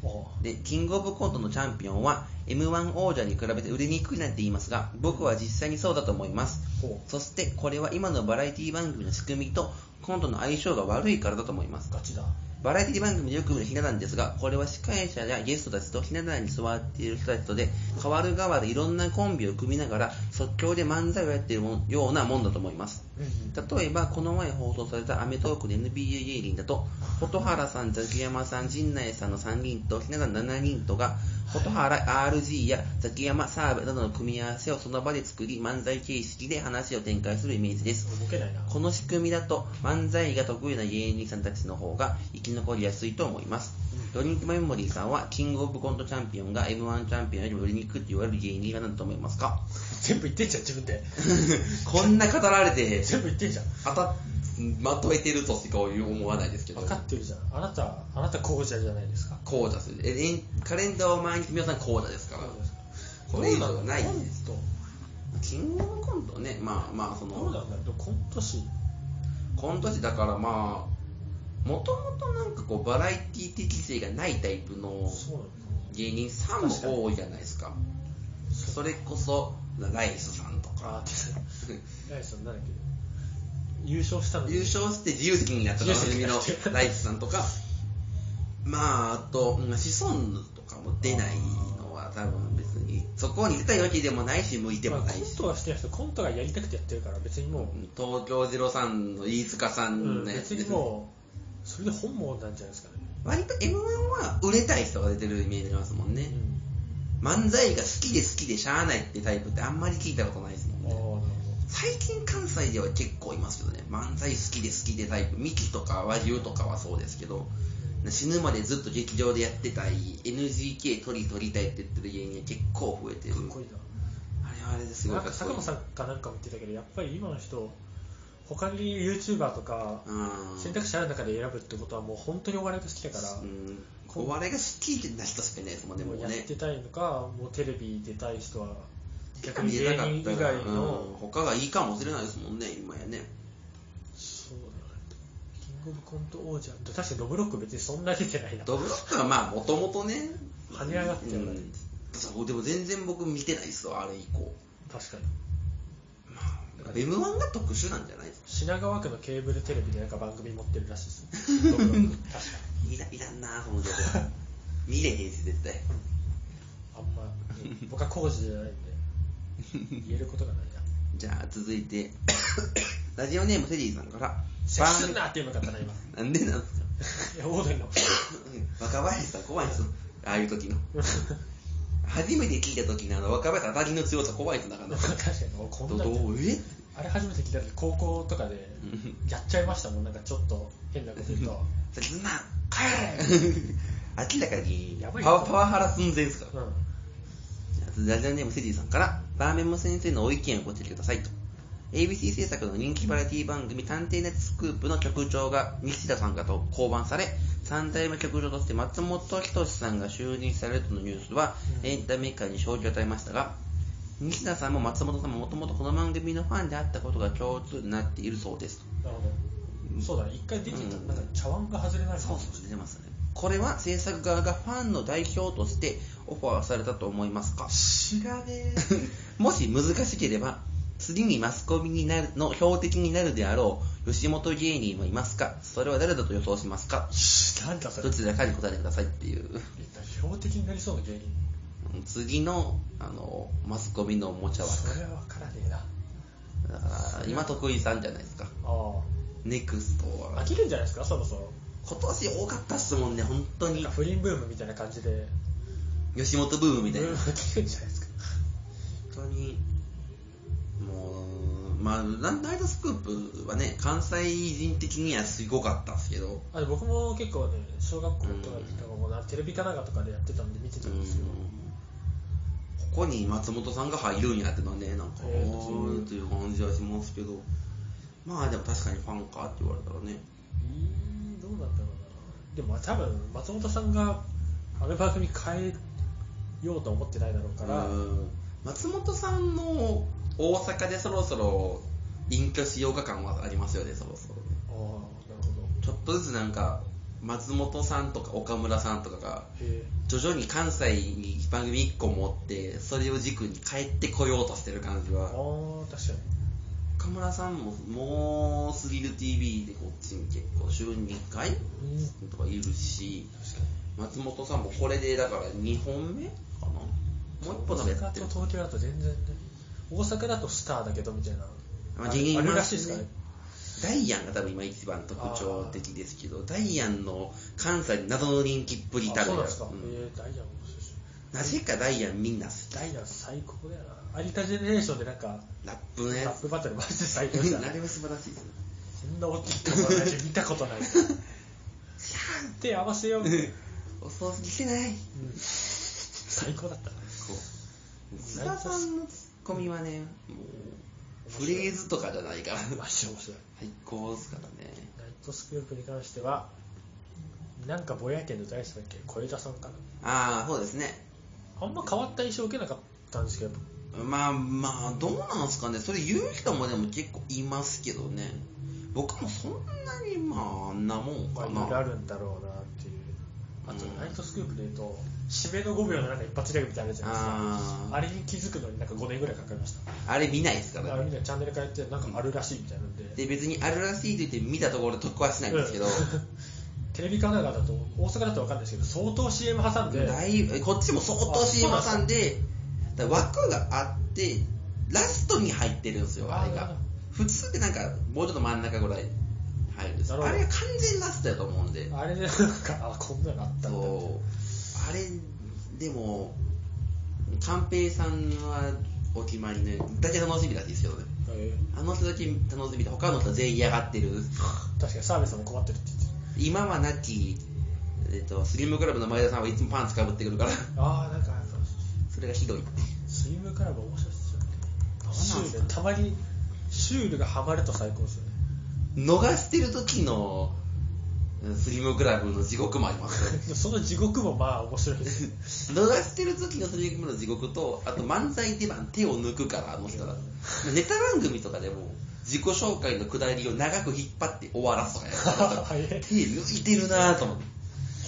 B: おう
A: でキングオブコントのチャンピオンは m 1王者に比べて売れにくいなんて言いますが僕は実際にそうだと思います
B: ほう
A: そしてこれは今のバラエティ番組の仕組みとコントの相性が悪いからだと思います
B: ガチだ
A: バラエティ番組でよく見るひな壇ですがこれは司会者やゲストたちとひな壇に座っている人たちとで代わる代わるいろんなコンビを組みながら即興で漫才をやっているもようなもんだと思います
B: うんうん
A: 例えばこの前放送された『アメトーーク』で NBA 芸人だと蛍原さんザキヤマさん陣内さんの3人とひな壇7人とが蛍原 RG やザキヤマ澤部などの組み合わせをその場で作り漫才形式で話を展開するイメージです
B: ボケないな
A: この仕組みだと漫才が得意な芸人さんたちの方が生き残りやすいと思いますドリンクメモリーさんはキングオブコントチャンピオンが m 1チャンピオンよりも売れにくいと言われる芸人は何だと思いますか
B: 全部言ってんじゃん自分で
A: こんな語られて
B: 全部言ってんじゃん
A: 当たっまとめてるとしか思わないですけど
B: 分かってるじゃんあなたあなたこうじゃじゃないですか
A: こうだすええカレンダーを毎日皆さんこうだですから
B: こうですか
A: これ以上はない
B: どうなんだろう
A: キングオブコントねまあまあそ
B: コントど
A: の
B: うなんだろうコント師
A: コント師だからまあもともとなんかこうバラエティ適性がないタイプの
B: そうなのか
A: 芸人さんも多いじゃないですかそれこそライスさんとか
B: なあーって何その何だっけ優勝したのに
A: 優勝して自由席になったおなじみの
B: 自由席にな
A: ラ
B: っ
A: イスさんとかまああとうんシソンヌとかも出ないのは多分別にそこに出たいわけでもないし向いてもない
B: まあコン
A: し
B: トはしてる人コントがやりたくてやってるから別にも
A: うん東京ゼロさんの飯塚さ
B: う、うんん
A: のや
B: 別
A: つ
B: に
A: で
B: もうそれで本望なんじゃないですかね、
A: 割と m 1は売れたい人が出てるイメージありますもんね漫才が好きで好きでしゃあないってタイプってあんまり聞いたことないですもん
B: うん、あ
A: ね
B: あなるほど
A: さ最近関西では結構いますけどね漫才好きで好きでタイプミキとか和牛とかはそうですけど死ぬまでずっと劇場でやってたい NGK 取り取りたいって言ってる芸人は結構増えてる
B: かっこいい
A: あれはあれですご
B: な。
A: い
B: なんか
A: かっこ
B: 坂
A: い
B: 本
A: い
B: さんかなんかも言ってたけど、やっぱり今の人、他に YouTuber とか、
A: うん
B: 選択肢ある中で選ぶってことはもう本当にお笑いが好きだから、
A: うんお笑いが好きってな人しかいないですもんねも
B: も
A: う
B: うやっ
A: ね
B: てたいのか、もうテレビ出たい人は、逆に
A: 見え
B: 芸
A: なか
B: 人以
A: ったら、
B: 外
A: うん、
B: の、
A: 他がいいかもしれないですもんね今やね
B: そうだね、キングオブコント王者、確かにドブロック別にそんな出てないな。
A: ドブロックはまあもともとね
B: 跳ね上がってるよね
A: うんそうでも全然僕見てないですわあれ以降
B: 確かに。
A: m 1が特殊なんじゃない ですか
B: 品川区のケーブルテレビでなんか番組持ってるらしいです。ドブロック確かに。
A: いらいらんなその情 報見れへんし絶対
B: あんま、僕は工事じゃないんで、言えることがないな。
A: じゃあ続い てラジオネームセリーさんから
B: 接すんなって言うのかったな、 今。
A: バンなんでなんですか
B: いや、オードリー の。
A: 若林さん怖いですよああいう時の初めて聞いた時のあの若林当たりの強さ怖いですなかなか
B: 確かに、もう こん
A: ど
B: な
A: ど
B: ん
A: うえ
B: あれ初めて聞いた時、高校とかで、やっちゃいましたもん、なんかちょっと変なこと言うと。
A: それ すんな
B: 帰
A: 明らかに
B: やばい
A: パワパワハラ寸前ですから
B: れうん。
A: ラジオネームセディさんから、バーメンム先生のお意見をご提供くださいと。ABC 制作の人気バラエティ番組探偵ナイトスクープの局長が西田さんかと降板され、3代目局長として松本人志さんが就任されるとのニュースは、
B: うん
A: エンタメ界に衝撃を与えましたが、西田さんも松本さんももともとこの番組のファンであったことが共通になっているそうですと。
B: なるほど。そうだね、一回出てたら、なんか茶碗が外れないもん
A: そうそう、出てますね。これは制作側がファンの代表としてオファーされたと思いますか
B: 知 らね
A: もし難しければ、次にマスコミになるの標的になるであろう吉本芸人はいますかそれは誰だと予想しますか
B: え。なんだそれ。
A: どちらかに答えてくださいっていう。
B: 標的になりそうな芸人。
A: うん次の、あの、マスコミのおもちゃ枠。
B: それは分からねえな。あ
A: だから、今得意さんじゃないですか。
B: あ。
A: ネクストは
B: 飽。きるんじゃないですか、そろそろ。
A: 今年多かったっすもんね、本当
B: なん
A: に
B: か。不倫ブームみたいな感じで、
A: 吉本ブームみたいな。
B: ブーム
A: 本
B: 来てるんじゃないですか。
A: 当に。もう、まあ、ランナイトスクープはね、関西人的にはすごかったっすけど。
B: あ僕も結構ね、小学校とかとかもな、テレビ神奈川とかでやってたんで見てたんですけど、
A: ここに松本さんが入るんやってのはねなんか
B: えー
A: おーという感じはしますけどまあでも確かにファンかって言われたらね
B: うーん、どうなんだろうな。でも多分、松本さんがあの番組変えようと思ってないだろうから、
A: うん松本さんの大阪でそろそろ隠居しようか感はありますよねそろそろね
B: ああ、なるほど。
A: ちょっとずつなんか松本さんとか岡村さんとかが
B: へえ
A: 徐々に関西に番組1個持ってそれを軸に帰ってこようとしてる感じ
B: ああ
A: は、
B: 確かに。
A: 岡村さんももう「スリル TV」でこっちに結構週2回
B: うん、
A: とかいるし
B: 確か
A: 松
B: に。
A: 本さんもこれでだから2本目かなもう1本でやって
B: 大
A: る
B: 阪と東京だと全然ね、大阪だとスターだけどみたいな、
A: まあ
B: あ
A: 芸人
B: ある
A: ま
B: ら
A: す
B: しい
A: ね
B: ですからね。
A: ダイアンが多分今一番特徴的ですけどダイアンの関西に謎の人気っぷりた
B: あ
A: る
B: そう
A: や
B: な
A: ん
B: んですか。
A: うん
B: へえダイヤモンドですし
A: なぜかダイアンみんな好
B: ダイヤ最高だよな。有田ジェネレーションでなんか、
A: きラップの
B: ラ
A: や
B: ッ
A: つ
B: プバトルマジで最 強じゃん。
A: あれは素晴らしいですね
B: こんな大きい友達見たこと ない。手合わせよう。うん
A: お葬式してない
B: 最高だった。
A: こう津田さんのツッコミはねもうフレーズとかじゃないから
B: マジで面白い。
A: 最高ですからね
B: ナイトスクープに関しては、なんかぼやいてんの大好きだっけ小枝さんかな。
A: ああそうですね
B: あんま変わった印象受けなかったんですけど、
A: まあまあどうなんすかねそれ言う人もでも結構いますけどね僕もそんなにまああんなもん
B: まあ、
A: か
B: いろいろあ
A: な
B: るんだろうなっていう。あと
A: う、ん
B: ナイトスクープで言うと、締めの5秒のなんか一発ギャグみたいなのあるじゃないですか。
A: あ
B: あれに気づくのになんか5年ぐらいかかりました。
A: ああれ見ないですか
B: あ
A: ら
B: れみんなチャンネル変えて、なんかあるらしいみたいなんで。
A: で別にあるらしいと言って見たところで得はしないんですけど、
B: うんテレビ神奈川だと大阪だと分かんないですけど相当 CM 挟んで
A: だいぶこっちも相当
B: あ
A: CM さんでだから枠があってラストに入ってるんですよあれ
B: あー
A: が普通ってなんかもうちょっと真ん中ぐらい入るんです
B: な
A: あ
B: るほど
A: れは完全ラストやと思うんで
B: あれでなんかあこんなのあったんだ
A: そうあれでも寛平さんはお決まりの大体楽しみらしいですけどね
B: へえ
A: あの人だけ頼んでみて他の人は全員嫌が ってる
B: 確かに澤部さんも困ってるって言って
A: 今はなき、えっとスリムクラブの前田さんはいつもパンツかぶってくるから
B: たああなんか
A: それがひどいって
B: スイムクラブ面白いっすよね
A: なんす
B: シ
A: か
B: ュールたまにシュールがハマると最高ですよね
A: 逃してる時のうんスリムクラブの地獄もあります よ
B: その地獄もまあ面白いです ね
A: 逃してる時のスリムクラブの地獄とあと漫才出番手を抜くからあの人らネタ番組とかでも自己紹介のくだりを長く引っ張って終わらすとかやるから
B: はい
A: 手抜いてるなぁと思って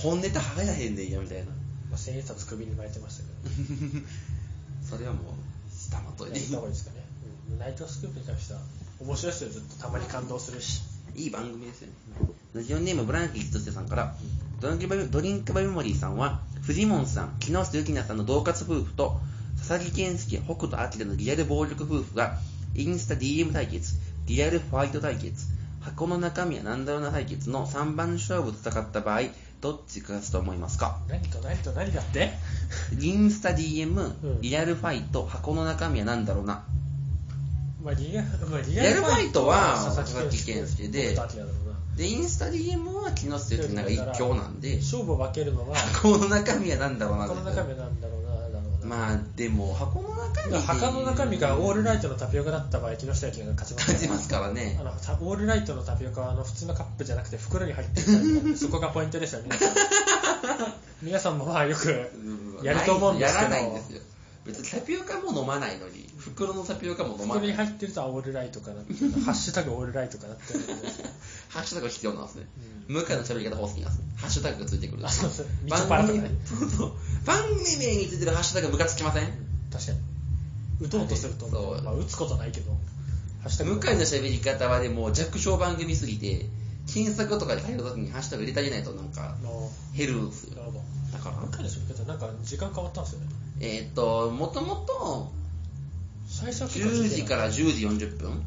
A: 本ネタ入らへんねんやみ たいな
B: まあ千円札首に巻いてましたけど
A: それはもう下まとい
B: やった方がいいですかね、うん、ナイトスクープに関しては面白いですよずっとたまに感動するし
A: いい番組ですよね。ラジオネームブランキー一瀬さんから、ドリンクバイドリンクバイメモリーさんは、藤本さん、木下ゆきなさんの同活夫婦と、佐々木健介、北斗晶のリアル暴力夫婦が、インスタ DM 対決、リアルファイト対決、箱の中身は何だろうな対決の3番勝負で戦った場合、どっちが勝つと思いますか
B: 何と何と何だって
A: インスタ DM
B: う、ん
A: リアルファイト、箱の中身は何だろうな。
B: まあリア,、まあ、リ
A: リアルファイトは
B: 佐々木健
A: 佐々木
B: 介
A: 健介で
B: 僕と明だろうな
A: で、インスタ DM は木下ゆきなが一強なんで、
B: 勝負を分けるのは
A: 箱の中身は何だろうな
B: 箱の中身なんだろうななんだろうな、
A: まあでも箱の中身
B: 墓の中身がオールライトのタピオカだった場合木下ゆきが勝ちます
A: 感じますからね
B: あのたオールライトのタピオカはあの普通のカップじゃなくて袋に入ってるタイプなんでそこがポイントですよ皆さん皆さんもまあよく やると思うんですけど
A: やらないんですよ別にタピオカも飲まないのに袋のタピオカも飲ま
B: 袋
A: ない
B: に
A: ハ
B: 入ってるとはオールライトかなっていうハッシュタグオールライトかなって思うんですけど
A: ッシュタグが必要なんですね向井の喋り方方式なんですねハッシュタグがついてくる
B: あそうそうみちょぱ
A: 番
B: らとか
A: 組
B: ね
A: そうそう番組名についてるハッシュタグムカつきません
B: 確かに打とうとすると思う
A: そう
B: まあ、打つことないけどハッシュタ
A: 向井
B: グ
A: の喋り方はでも弱小番組すぎて検索とかで入るときにハッシュタグ入れてあげないとなんか
B: の
A: 減るんですよ
B: なるほど
A: だから
B: 何回の喋り方なんか時間変わったんですよね
A: えーっともともと
B: 最初は結構
A: 10時からら10時40分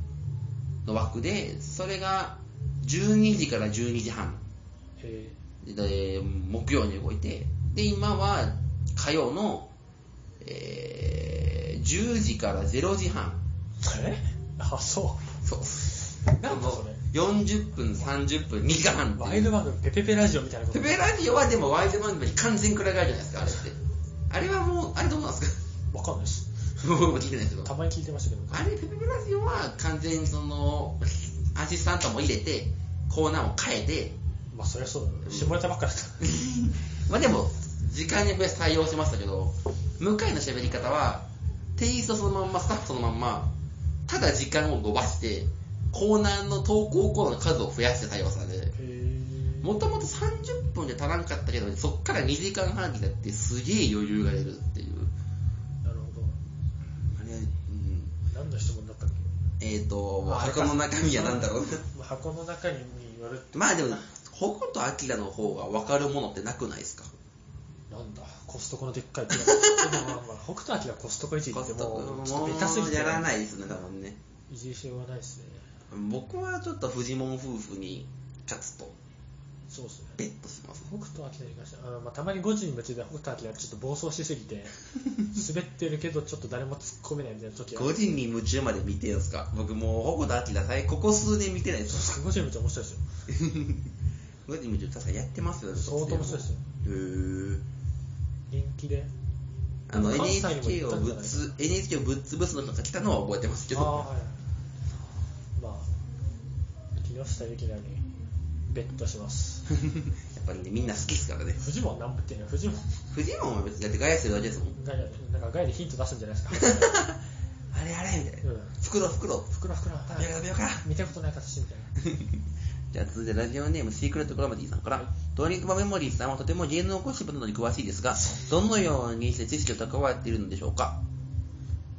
A: の枠で、それが12時から12時半
B: へ
A: で、木曜に動いて、で、今は火曜の、えー10時から0時半。
B: ええあそ
A: そう。
B: うなんだそれ
A: 40分、30分、2時間半っ
B: ワ
A: てい
B: イ
A: う。
B: ドバンドペペペラジオみたいなこと
A: ペペラジオはでもワイド番組に完全くら替えるじゃないですか、あれって。あれはもう、あれどうなんです
B: わかんないし
A: か僕 も聞いてないですけど
B: た。まに聞いてましたけど
A: あれ、ペペペラジオは完全にその、アシスタントも入れて、コーナーを変えて、
B: まあそりゃそうだね下ネタばっかだった
A: まあでも、時間にプラス対応しましたけど、向井の喋り方は、テイストそのまんま、スタッフそのまんま、ただ時間を伸ばして、コーナーの投稿コーナーの数を増やして対応したんで、
B: へえ
A: もともと30分で足らんかったけど、そっから2時間半になってすげえ余裕が出るっていう。
B: なるほ
A: あれ、うん。
B: ど何の質問だったっけ
A: えっ、ー、と、
B: ああれか
A: 箱の中身は何だろうな。
B: まあ箱の中による
A: まあでも、北斗晶の方が分かるものってなくないですか
B: なんだコストコのでっかいピラミッドでもまあまあ北斗晶コストコ一行
A: コ
B: って
A: スト
B: もうちょ
A: コ
B: っとベタすぎ
A: も
B: て
A: やらないですね、多分ね。
B: いじりしようがないですね
A: 僕はちょっとフジモン夫婦に勝つと、
B: そうですね
A: ベットします。
B: 北斗晶に関してはあの、まあ、たまに5時に夢中で北斗晶ちょっと暴走しすぎて滑ってるけどちょっと誰も突っ込めないみたいな時は
A: 5時に夢中まで見てるんですか僕もう、北斗晶さん、ここ数年見てないです。
B: 5時に夢中面白いですよ
A: 5時に夢中、確かやってますよね。
B: 相当面白いですよ
A: へー
B: 人気で
A: あの、
B: 関西にも
A: NHK
B: 行っ
A: を
B: たんじ
A: ぶ
B: ゃないか
A: つ、NHK をぶっ潰すのが来たのは覚えてますけ
B: ああ
A: ど、
B: はいまあ木下ゆきなにベットします
A: やっぱりね、みんな好きですからね。
B: フジモン何も言ってんのフジモン
A: フジモンは別にだってガヤしてるだけですもん。
B: ガイなんかガイでヒント出すんじゃないですか
A: あれあれみたいな。
B: うん
A: 袋袋。
B: 袋袋
A: 食べよう食べようか。
B: 見たことない形みたいな
A: じゃあ続いてラジオネームシークレットグラマティさんから、ドリンクバーメモリーさんはとても芸能ゴシップなどに詳しいですが、どのようにして知識を蓄えているのでしょうか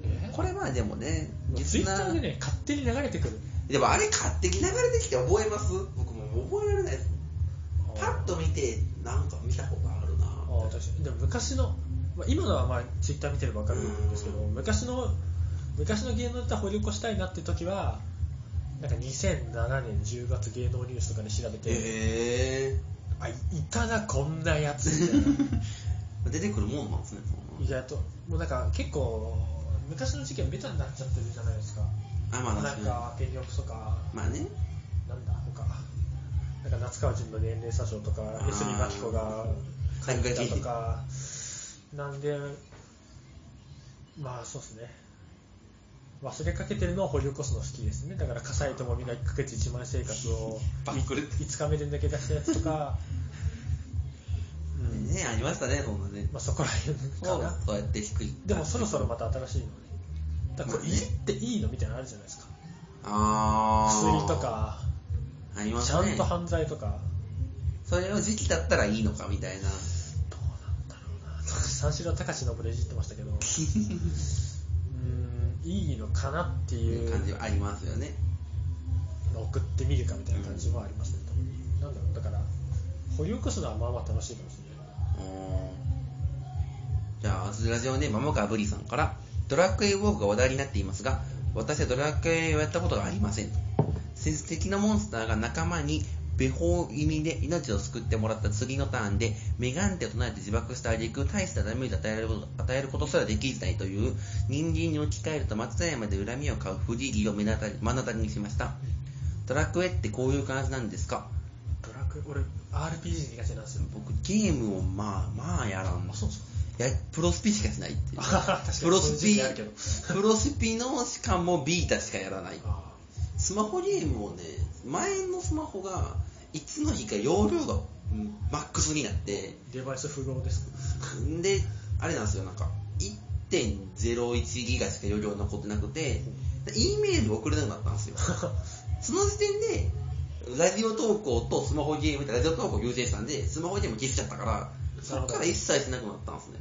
B: え
A: これまあでもね、リ
B: ツ
A: ス
B: イッ
A: ナ
B: ターで
A: ー
B: ね勝手に流れてくる
A: でもあれ勝手に流れてきて覚えます僕もう覚えられないです。パッと見て、なんか見たことあるな
B: あー確かにでも昔の、まあ、今のはまあツイッター見てれば分かるんですけど昔の昔の芸能ネタ掘り起こしたいなって時はなんか2007年10月芸能ニュースとかで調べて、
A: へ
B: あいいたなこんなやつみたいな
A: ぇー。 出てくるもんなんですね。
B: 意外ともうなんか結構昔の事件ベタになっちゃってるじゃないですか
A: あまあ
B: な
A: 確
B: ん
A: か
B: か権力とか、
A: にまあね
B: なんだ、他、なんか夏川淳の年齢詐称とか
A: あ、ー
B: 江角真紀子が書いたとか、なんで、まあそうですね。忘れかけてるのを掘り起こすの好きですね。だから、笠井智美が1ヶ月1万円生活を
A: バックル
B: 5日目で抜け出したやつとか、うん
A: ねありましたねそんなね
B: まあ、そこら辺か
A: そ
B: な
A: う。そうやってひっくり
B: でもそろそろまた新しいのね。だからこれいじっていいのみたいなのあるじゃないですか。
A: ああ
B: 薬とか、
A: ありまし
B: ち
A: た
B: ゃ
A: ね
B: んと犯罪とか、
A: それを時期だったらいいのかみたい な
B: どうなんだろうな、三四郎隆のブレいじってましたけど、うーん、いいのかなっていう
A: 感じはありますよね
B: のを送ってみるかみたいな感じもありますね、なんだろう、だから、掘り起こすのはまあまあ楽しいかもしれない。
A: おーじゃあ、ラジオネーム、マモカブリさんから、ドラクエウォークが話題になっていますが、私はドラクエをやったことがありません。戦術的なモンスターが仲間に、ベホ気味で命を救ってもらった次のターンで、メガンテを唱えて自爆した挙句、大したダメージを与えること与えることすらできないという、人間に置き換えると松山で恨みを買う不義理を目の当たり目の当たりにしました。ドラクエってこういう感じなんですか
B: ドラクエ、俺、RPG 苦手なんですよ。
A: 僕、ゲームをまあまあやらん
B: あ、そうですか。
A: いやプロスピしかしないっていう
B: あはは 確かに
A: プロスピ
B: そういう時期あるけど
A: プロスピのしかもビータしかやらない
B: あ
A: スマホゲームをね前のスマホがいつの日か容量がうんマックスになって
B: ーデバイス不合です。
A: んであれなんですよなんか1.01ギガしか容量残ってなくて E メール送れなくなったんですよその時点でラジオ投稿とスマホゲームってラジオ投稿優先したんでスマホゲーム消しちゃったからそっから一切しなくなったんですねね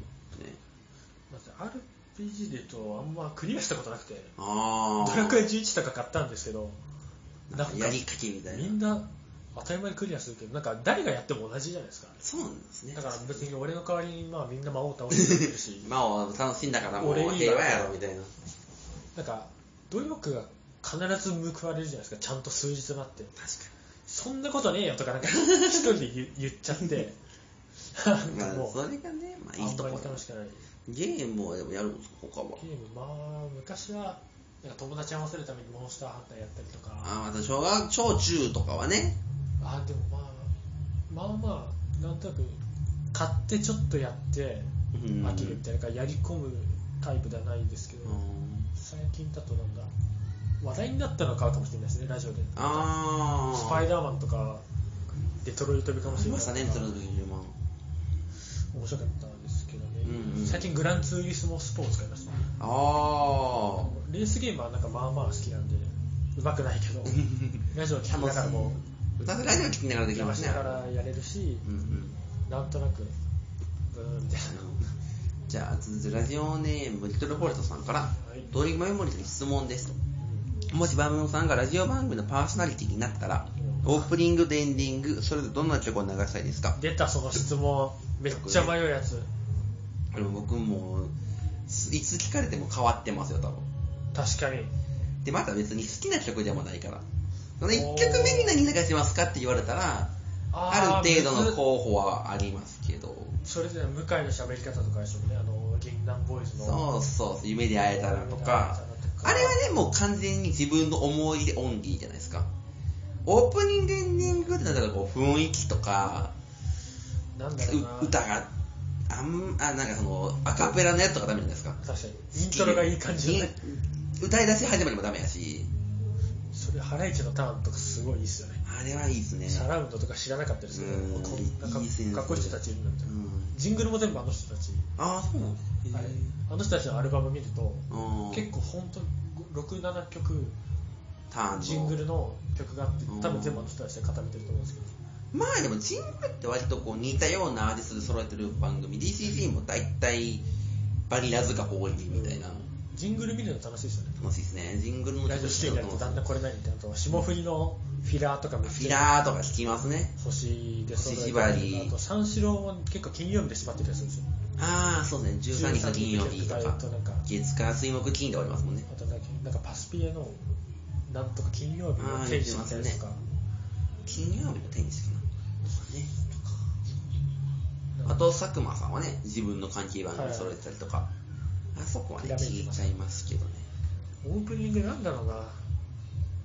B: だって RPG で言うと、あんまクリアしたことなくて、
A: ああ
B: ドラクエ11とか買ったんですけど、
A: なんかやりかけみたいな
B: みんな当たり前にクリアするけど、なんか誰がやっても同じじゃないですか。
A: そうなんですね、
B: だから別に俺の代わりにまあみんな魔王倒してくれるし
A: まあ楽しんだからもう
B: 俺いいわ
A: 平和やろみたいな
B: なんか努力が必ず報われるじゃないですか、ちゃんと数日待って。
A: 確
B: そんなことねえよと かなんか一人で言言っちゃって、な
A: か
B: んか
A: にまあ
B: もう、
A: それがねまあい
B: あ
A: い
B: ん
A: と
B: ま
A: こ
B: り
A: ろ
B: 楽しくない。
A: ゲームはでもやるんですか他は
B: ゲーム、まあ昔はなんか友達合わせるためにモンスターハンターやったりとか、
A: ああまた小学小中とかはね
B: あでもまあ、まあまあ、なんとなく買ってちょっとやって
A: うん
B: 飽きるみたいな、なんかやり込むタイプではないですけど。
A: うん
B: 最近だとなんだ話題になったの買うかもしれないですねラジオで
A: ああ
B: スパイ
A: ダ
B: ダーマンとかデトロイト飛びかもしれ
A: ま
B: な
A: し
B: い
A: たねその時にま
B: 面白かったんですけどね、
A: うんうん
B: 最近グランツーリスモスポーツ買いましたね
A: あああ
B: レースゲームはなんかまあまあ好きなんでうまくな いけどラジオ聞きながらも
A: 歌ラジオ聴きながらで
B: 流
A: き
B: し
A: ますね
B: ながらやれるし
A: うんうん
B: なんとなくブーンみたいな
A: じゃあ続いてラジオネームリトルフォレストさんから
B: い
A: ドリームメモリーズに質問ですともしバムノさんがラジオ番組のパーソナリティになったら、オープニングとエンディング、それぞれどんな曲を流したいですか
B: 出たその質問めっちゃ迷うやつ
A: でも僕もう、すいつ聞かれても変わってますよ、多分。
B: 確かに
A: で、また別に好きな曲でもないから。その1曲目に何流しますかって言われたら、あ
B: あー
A: る程度の候補はありますけど、
B: それで向井の喋り方とかでしょうねあの銀杏ボーイズの
A: そうそうそう、夢で会えたらとか、あれはね、もう完全に自分の思い出オンリーじゃないですか。オープニング、エンディングってなったらこう雰囲気とか、
B: なんだろうな
A: う歌があんあなんかそのアカペラのやつとかダメじゃないですか
B: 確かにイントロがいい感じだね
A: い歌い出し始まりもダメやし
B: それハライチのターンとかすごいいいっすよね
A: あれはいいですね
B: サラウンドとか知らなかったですけど
A: うん
B: もうこんなか
A: いいセンス
B: かっこいい人たちいるんだみたいな
A: うん
B: ジングルも全部あの人たち
A: ああそうなの
B: あれあの人たちのアルバム見ると
A: うん
B: 結構本当67曲
A: ターンの
B: ジングルの曲があって
A: うん
B: 多分全部あの人たちで固めてると思うんですけど
A: まあでもジングルって割とこう似たようなアーティストで揃えてる番組 DCG も大体バニラ塚ホーリーみたいな
B: ジングル見るの楽しいですよね
A: 楽しいですねジングルの
B: ラジオ視聴やるとだんだんこれないみたいなと霜降りのフィラーとかめっ
A: フ
B: ちゃ
A: ィラーとか聞きますね
B: 星で揃え
A: 星
B: て
A: 縛り
B: あと三四郎も結構金曜日で縛ってたりするんですよ
A: ああそうですね13日の金曜日と
B: 13日の
A: か
B: 金曜日とか
A: 月火水木金で終わりますもんね
B: あとなんかなんかパスピエのなんとか金曜日の天使みたいなやつとか、
A: 金曜日の天使かな。あと、佐久間さんはね、自分の関係番組揃えてたりとか、あそこはね、
B: ひらめい
A: 聞
B: て
A: い
B: ま
A: ち
B: す
A: ゃいますけどね。
B: オープニングなんだろうな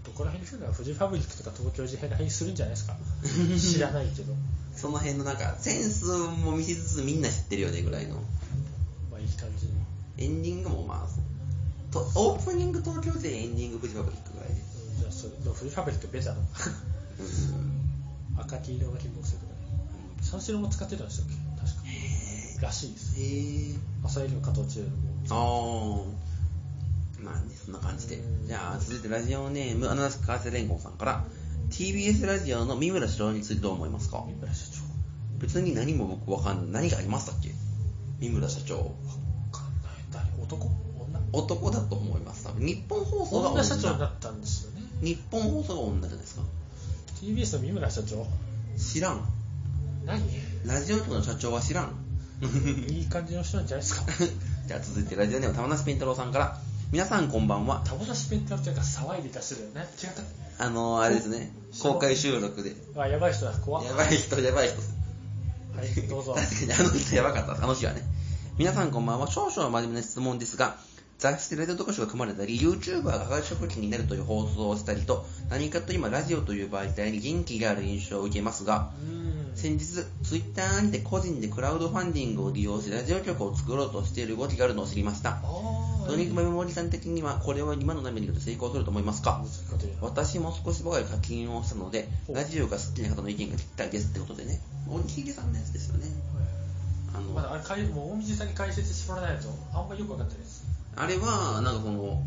B: どこら辺にするんだろうフジファブリックとか東京事変ら辺にするんじゃないですか知らない けど
A: その辺のなんかセンスも見せつつみんな知ってるよねぐらいの
B: まあいい感じに
A: エンディングもまあそうとオープニング東京でエンディングフジファブリックぐらいで
B: うんじゃあそれでもフジファブリックベタな赤黄色が金木犀とかね三四郎も使ってたんでしたっけ確からしいです
A: へえ
B: 朝入りの加藤千代も
A: ああまあねそんな感じでじゃあ続いてラジオネームアナナスカーセレンゴンさんから TBS ラジオの三村志郎についてどう思いますか
B: 三村社長
A: 別に何も僕わかんない何がありましたっけ三村社長
B: わかんない誰男女
A: 男だと思います多分日本放送が
B: 女社長になったんですよね
A: 日本放送が女じゃないですか
B: TBS の三村社長
A: 知らん
B: 何
A: ラジオ局の社長は知らん
B: いい感じの人なんじゃないですか
A: じゃあ続いてラジオネーム玉梨ペン太郎さんから皆さんこんばんは
B: タボ出しペンタルってなんか騒いで出してるよね違っ
A: あのー、あれですね公開収録で
B: たあやばい人だ怖っ
A: やばい人やばい人
B: はいどう ぞ
A: 確かにあの人やばかったあの日はね皆さんこんばんは少々真面目な質問ですが雑誌でラジオ特集が組まれたり YouTuber が外食期になるという放送をしたりと何かと今ラジオという媒体に元気がある印象を受けますが
B: うん
A: 先日、ツイッターにて個人でクラウドファンディングを利用し、ラジオ局を作ろうとしている動きがあるのを知りました。
B: ああ
A: ドリンクメモリさん的には、これは今の波によって成功すると思いますか私も少しばかり課金をしたので、
B: ほう
A: ラジオが好きな方の意見が聞きたいですってことでね、大木秀さんのやつですよね。あ
B: ま
A: の、
B: だあれかいもう大水さんに解説してもらわないとあんまよく分かってないです
A: あれは、なんかその、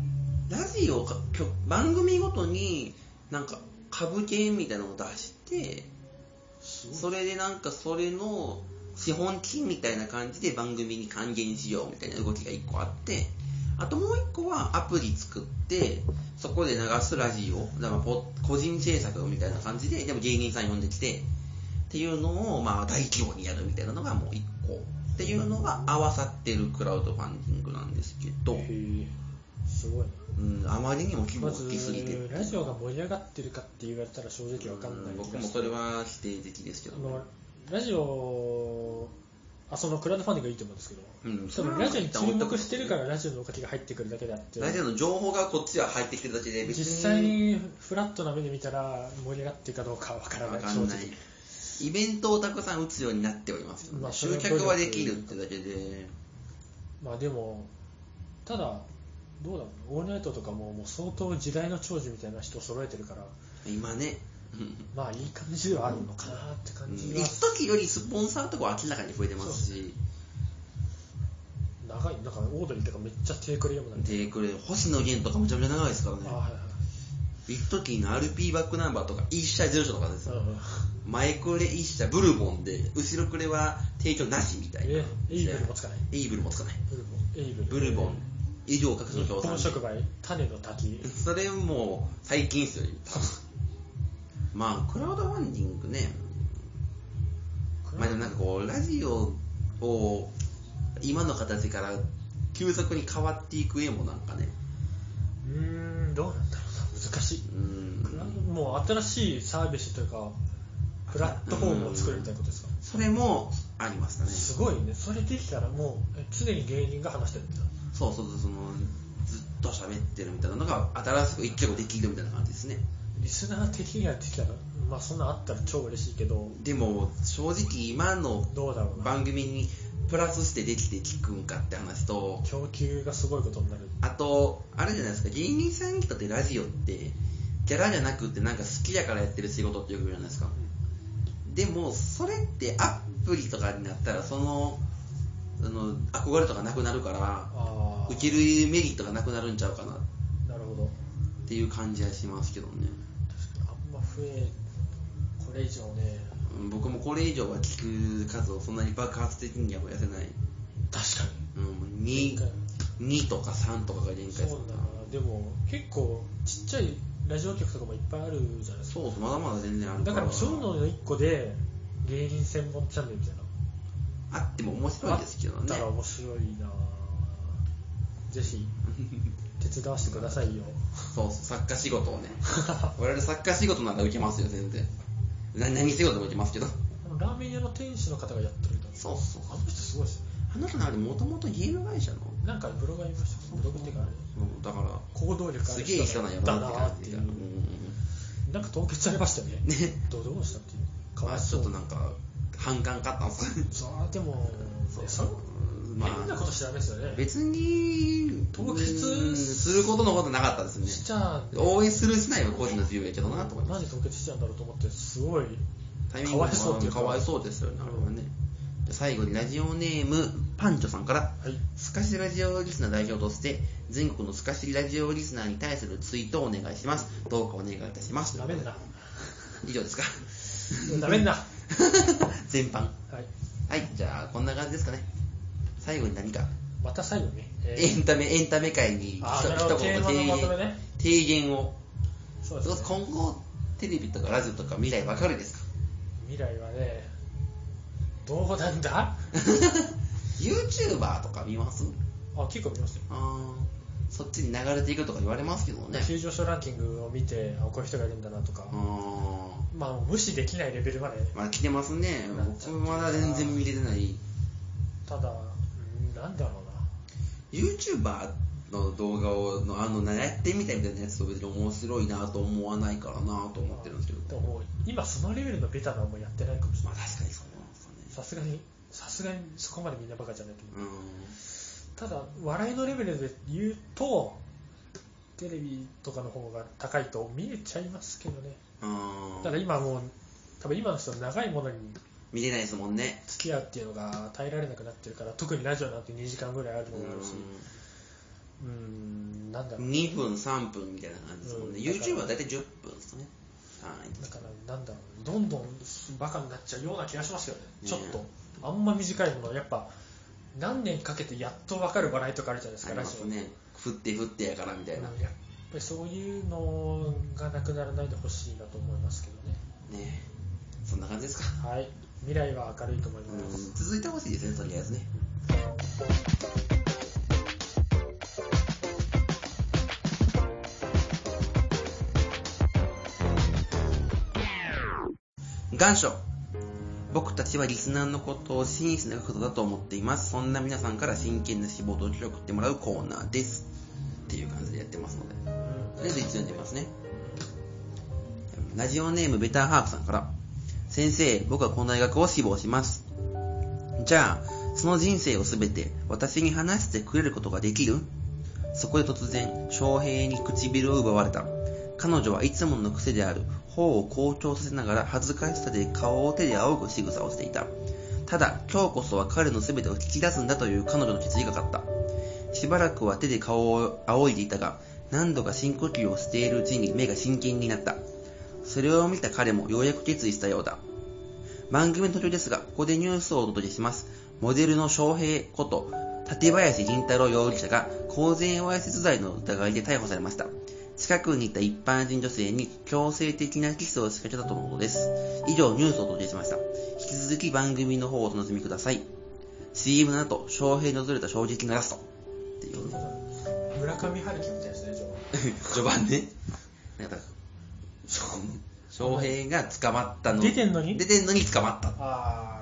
A: ラジオか、曲番組ごとに、なんか、株券みたいなのを出して、
B: す
A: それでなんかそれの資本金みたいな感じで番組に還元しようみたいな動きが1個あってあともう1個はアプリ作ってそこで流すラジオだからポ個人制作みたいな感じででも芸人さん呼んできてっていうのをまあ大規模にやるみたいなのがもう1個っていうのが合わさってるクラウドファンディングなんですけど、
B: すごい
A: うん、あまりにも規模
B: ま
A: 大きすぎて、
B: ずラジオが盛り上がってるかって言われたら正直わかんない
A: うん僕
B: 気がして
A: もそれは否定的ですけど
B: あのラジオあそのクラウドファンディングいいと思うんですけど、
A: うん
B: 多分ラジオに注目してるからラジオのおかげが入ってくるだけであって
A: 大体の情報がこっちは入ってきてるだけで別に
B: 実際にフラットな目で見たら盛り上がってるかどうかはわからな
A: わ
B: い
A: か
B: 正
A: んない
B: 直
A: イベントをたくさん打つようになっておりますので、
B: まあそれ
A: 集
B: は
A: 客はできるってだけで
B: まあでもただどうだろうオールナイトとかももう相当時代の長寿みたいな人揃えてるから
A: 今ね
B: まあいい感じではあるのかなって
A: う
B: 感
A: ん
B: じは、
A: 一時よりスポンサーとかは明らかに増えてますし
B: 長いなんかオードリーとかめっちゃ低クレームなんで、
A: でこれ星野源とかめちゃめちゃ長いですからね
B: あはいはい
A: 一時の RP バックナンバーとか一社住所とかですよ
B: うん
A: 前くれ一社ブルボンで後ろくれは提供なしみたいな
B: えエイブルもつかない
A: エイブルもつかない
B: ブルボンエイブル
A: ブルボン以上各種の
B: 日
A: 協賛
B: 本触媒種の滝
A: それもう最近っすよ多分まあクラウドファンディングねまあでもなんかこうラジオを今の形から急速に変わっていく絵もなんかね
B: うーんどうなんだろうな難しい、
A: うん
B: クラもう新しいサービスというかプラットフォームを作るみたいなことですか、
A: それもありましたね
B: すごいねそれできたらもうえ常に芸人が話してるみたいな
A: そうそうそうそのずっと喋ってるみたいなのが新しく一曲できるみたいな感じですね
B: リスナー的にはできたらまあそんなあったら超嬉しいけど
A: でも正直今の
B: どうだろうな
A: 番組にプラスしてできて聞くんかって話と
B: 供給がすごいことになる
A: あと、あれじゃないですか、芸人さんにとってラジオって、ギャラじゃなくってなんか好きやからやってる仕事ってよく言うじゃないですか。でも、それってアプリとかになったら、その、あの、憧れとかなくなるから、
B: あ
A: 受けるメリットがなくなるんちゃうかなっ
B: あなるほど
A: ていう感じはしますけどね。
B: 確かにあんま増えこれ以上ね
A: うん僕もこれ以上は聞く数をそんなに爆発的には増やせない。
B: 確かに
A: うん、2、2とか3とかが限界です
B: そう
A: る
B: だ
A: な
B: なでも結構ちっちゃいラジオ局とかもいっぱいあるじゃないですか
A: そうそう、まだまだ全然あるか
B: だ
A: ら。
B: からそういうのの一個で芸人専門チャンネルみたいな
A: あっても面白いですけど
B: あっ
A: ね
B: た。ら面白いなぜ ひ手伝わせてくださいよ
A: そうそう、作家仕事をね。 我々作家仕事なんか受けますよ、全然。な何仕事も受けますけど。
B: あのラーメン屋の店主の方がやってるみたいな
A: そうそう
B: あの人すごいですよね
A: あの人なんかもともとゲーム会社の
B: なんかブログありましたブログっていうかあれ
A: うんだから
B: 行動力あ
A: す
B: る
A: げえ人
B: 人
A: なんやろ
B: だ
A: な
B: な
A: って
B: ー
A: 感
B: って
A: じ
B: い
A: が
B: う
A: うんうん
B: なんか凍結されましたよね
A: うんね
B: どうどうしたっていうか
A: ま
B: わ
A: あ
B: い
A: ち
B: そ
A: ょっ
B: う
A: となんか反感買ったんすかね
B: そうでも
A: そう
B: その
A: ま
B: 変な
A: あ
B: ことしちゃダメですよ ね
A: 別に
B: 凍結
A: うんすることのことなかったですね
B: しちゃうんで
A: 応援するしないは個人の自由やけどなと思います
B: なんで凍結しちゃうんだろうと思ってすごい
A: タイミング
B: かわいそうっていう
A: か
B: か
A: わいそうですよね、あれはね。じゃあ最後にラジオネーム、パンチョさんから、
B: はい
A: スカシラジオリスナー代表として、全国のスカシラジオリスナーに対するツイートをお願いします。どうかお願いいたします。
B: なめんな
A: 以上ですか
B: なめんなは
A: 全般。
B: い
A: はい、じゃあこんな感じですかね。最後に何か、
B: また最後ね、えー
A: エンタメ、エンタメ界に
B: あーなるほど
A: 一言の
B: テーマのまとめ
A: 提言
B: ね
A: 提言を。
B: そうですね
A: 今後、テレビとかラジオとか未来わかるですか
B: 未来はねどうなんだ
A: ?YouTuber とか見ます
B: あ結構見ますよ
A: あーそっちに流れていくとか言われますけどね。
B: 急上昇ランキングを見てあこういう人がいるんだなとか
A: あ、ー
B: まあ無視できないレベルまで
A: まあ来てますね
B: な。っちゃ
A: 僕
B: う
A: まだ全然見れてない。
B: ただうんなんだろうな
A: YouTuber の動画をのあのなやってみたいみたいなやつと別に面白いなと思わないからなと思ってるんですけど。
B: でももう今そのレベルのベタなもんやってないかもしれ
A: ま
B: な
A: あ
B: い
A: 確かにそうなんですか
B: さすがにさすがにそこまでみんなバカじゃないと思う
A: ね。
B: ただ笑いのレベルで言うとテレビとかの方が高いと見えちゃいますけどね
A: うん。あ
B: ただ
A: ー
B: 今もう多分今の人長いものに
A: 見れないですもんね。
B: 付き合うっていうのが耐えられなくなってるから特にラジオなんて2時間ぐらいあるのもあるし
A: う
B: うーんなんだろうん
A: 2分、3分みたいな感じですもんね。
B: うん
A: YouTuber は大体10分ですね。はい。
B: だからなんだろうどんどんバカになっちゃうような気がしますけどね
A: ね
B: ちょっとあんま短いものやっぱ何年かけてやっと分かる笑いとかあるじゃないです
A: あ
B: か
A: り
B: ラ
A: ま
B: ジ
A: す
B: オ
A: ね。振って振ってやからみたいな。
B: うんやっぱりそういうのがなくならないでほしいなと思いますけどね
A: ねそんな感じですか。
B: はい、未来は明るいと思います。
A: 続いてほしいですね、とりあえずね。願書僕たちはリスナーのことを真摯なことだと思っています。そんな皆さんから真剣な志望動機を送ってもらうコーナーです。っていう感じでやってますので。とりあえず一度読んでみますね。ラジオネームベターハープさんから。先生、僕はこの大学を志望します。じゃあ、その人生をすべて私に話してくれることができるそこで突然、翔平に唇を奪われた。彼女はいつもの癖である頬を好調させながら恥ずかしさで顔を手で仰ぐ仕草をしていた。ただ、今日こそは彼の全てを聞き出すんだという彼女の決意がかった。しばらくは手で顔を仰いでいたが、何度か深呼吸をしているうちに目が真剣になった。それを見た彼もようやく決意したようだ。番組の途中ですが、ここでニュースをお届けします。モデルの翔平こと、立林銀太郎容疑者が公然わいせつ罪の疑いで逮捕されました。近くにいた一般人女性に強制的なキスを仕掛けたとのことです。以上ニュースをお届けしました。引き続き番組の方をお楽しみください。CM の後、翔平のずれた衝撃のラスト。っていうね。
B: 村上春樹みたいですね、じゃ
A: 序盤ね。なんか、翔平が捕まったの
B: 出てんのに
A: 出てんのに捕まった。
B: あ。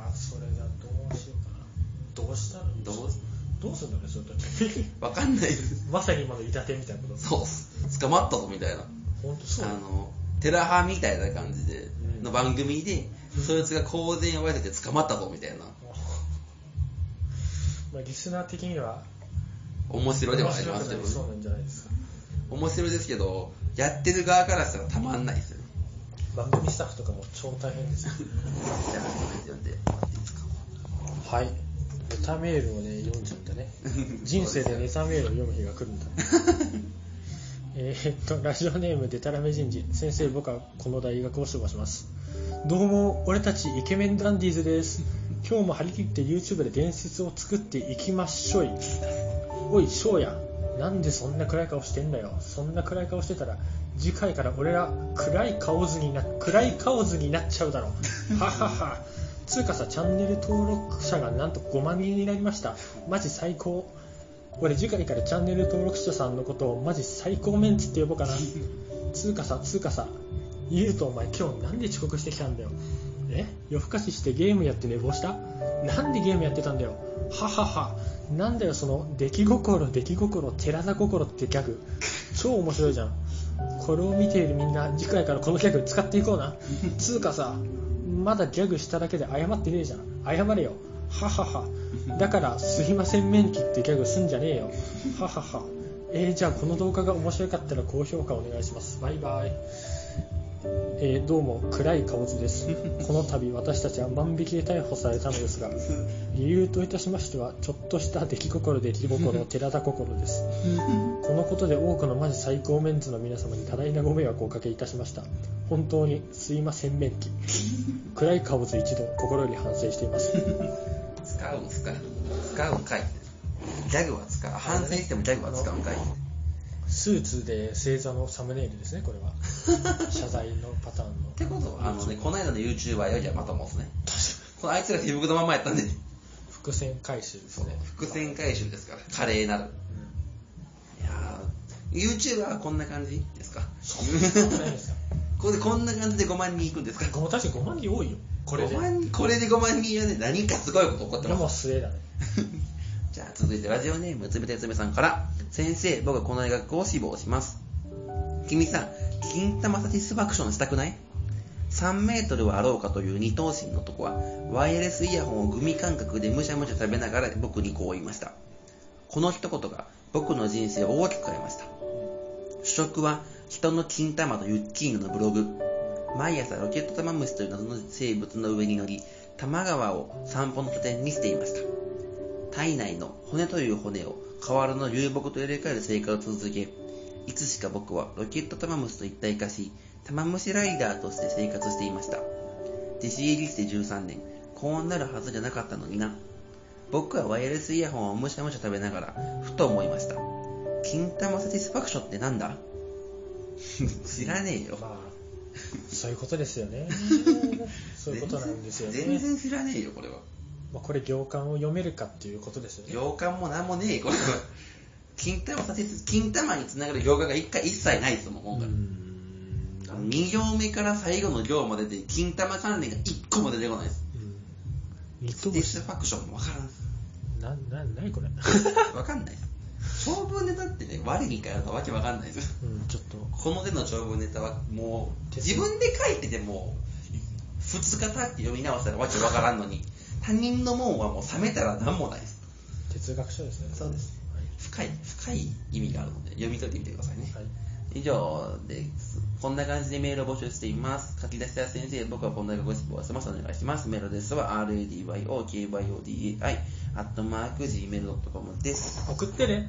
B: あー、それがどうしようかな。どうしたの
A: どう
B: どうすんだろうね、そういう時
A: わかんないです。
B: まさに今のいたてみたいなこと。
A: そうっす。捕まったぞみたいな。
B: 本当そう
A: あ。の、テラハみたいな感じで、
B: うん
A: の番組で、そいつが公然をわれてて捕まったぞみたいな。
B: まあ、リスナー的には、
A: 面白いではありますけど
B: 面
A: ね
B: 白くなりそうなんじゃないですか。
A: 面白いですけど、やってる側からしたらたまんないですよね。
B: 番組スタッフとかも超大変ですよ。
A: じゃあ、 読んで。
B: はい。ネタメールをね、読んじゃっ たね。人生でネタメールを読む日が来るんだ。えーっと、ラジオネームデタラメ人事。先生、僕はこの大学を志望します。どうも、俺たちイケメンダンディーズです。今日も張り切って YouTube で伝説を作っていきましょい。おい、翔や。なんでそんな暗い顔してんだよ。そんな暗い顔してたら、次回から俺ら暗い顔図にな、暗い顔図になっちゃうだろ。ははは。つうかさ、チャンネル登録者がなんと5万人になりました。マジ最高。俺次回からチャンネル登録者さんのことをマジ最高メンツって呼ぼうかなつうかさつうかさ言うとお前今日なんで遅刻してきたんだよえ夜更かししてゲームやって寝坊したなんでゲームやってたんだよはははなんだよその出来心出来心寺田心ってギャグ超面白いじゃんこれを見ているみんな次回からこのギャグ使っていこうなつうかさまだギャグしただけで謝ってねえじゃん謝れよはははだからすいません免許ってギャグすんじゃねえよはははえー、じゃあこの動画が面白かったら高評価お願いしますバイバイえーどうも暗い顔図ですこの度私たちは万引きで逮捕されたのですが理由といたしましてはちょっとした出来心出来心寺田心ですこのことで多くのマジ最高メンツの皆様に多大なご迷惑をおかけいたしました本当にすいません免記暗い顔図一度心より反省して います
A: 使う使う使うんかいギャグは使う反省してもギャグは使うんかい
B: スーツで星座のサムネイルですねこれは謝罪のパターンの
A: ってことはあのねこの間の YouTuber よりはまともですねこのあいつら手袋のままやったんで
B: 伏線回収です
A: そう
B: ね
A: 伏線回収ですから華麗なるいやー YouTuber はこんな感じですか
B: うん危ないですか
A: これでこんな感じで5万人いくんですか
B: ご確かに5万人多いよこれで
A: 5万人これで5万人はね何かすごいこと起こって
B: で
A: ます
B: も末だね
A: じゃあ続いてラジオネームつめてつめさんから先生僕はこの学校を志望します君さん金玉サティスファクションしたくない3メートルはあろうかという二頭身の男はワイヤレスイヤホンをグミ感覚でむしゃむしゃ食べながら僕にこう言いましたこの一言が僕の人生を大きく変えました主食は人の金玉とユッキーナのブログ毎朝ロケットタマムシという謎の生物の上に乗り多摩川を散歩の拠点にしていました体内の骨という骨を瓦の流木と入れ替える生活を続けいつしか僕はロケットタマムシと一体化しタマムシライダーとして生活していました弟子入りして13年こうなるはずじゃなかったのにな僕はワイヤレスイヤホンをむしゃむしゃ食べながらふと思いました金玉サティスファクションってなんだ知らねえよ
B: まあそういうことです よねそういうことなんですよ
A: 全
B: ね、
A: 然知らねえよこれは
B: まあ、これ行間を読めるかっていうことですよね
A: 行間もなんもねえこれは金玉させつ金玉につながる行間が一回一切ないですもん今
B: う
A: 回、
B: ん
A: あの2行目から最後の行までで金玉関連が1個も出てこないです
B: うん二
A: ス
B: 等
A: ティッシュファクションも分からんです
B: なな なにこれ、
A: 分かんないです長文ネタってね我に返るとわけ分かんないです
B: うん、ちょっと
A: この手の長文ネタはもう自分で書いてても2日経って読み直したらわけ分からんのに他人のもんはもう冷めたら何もないです
B: 哲学書ですね
A: そうです
B: はい
A: 深い深い意味があるので読み解いてみてくださいね、
B: はい
A: 以上です。こんな感じでメールを募集しています。書き出しや先生、僕はこんなご質問をしてます。お願いします。メールですは、radyokyodai、アットマーク、gmail.com です。
B: 送ってね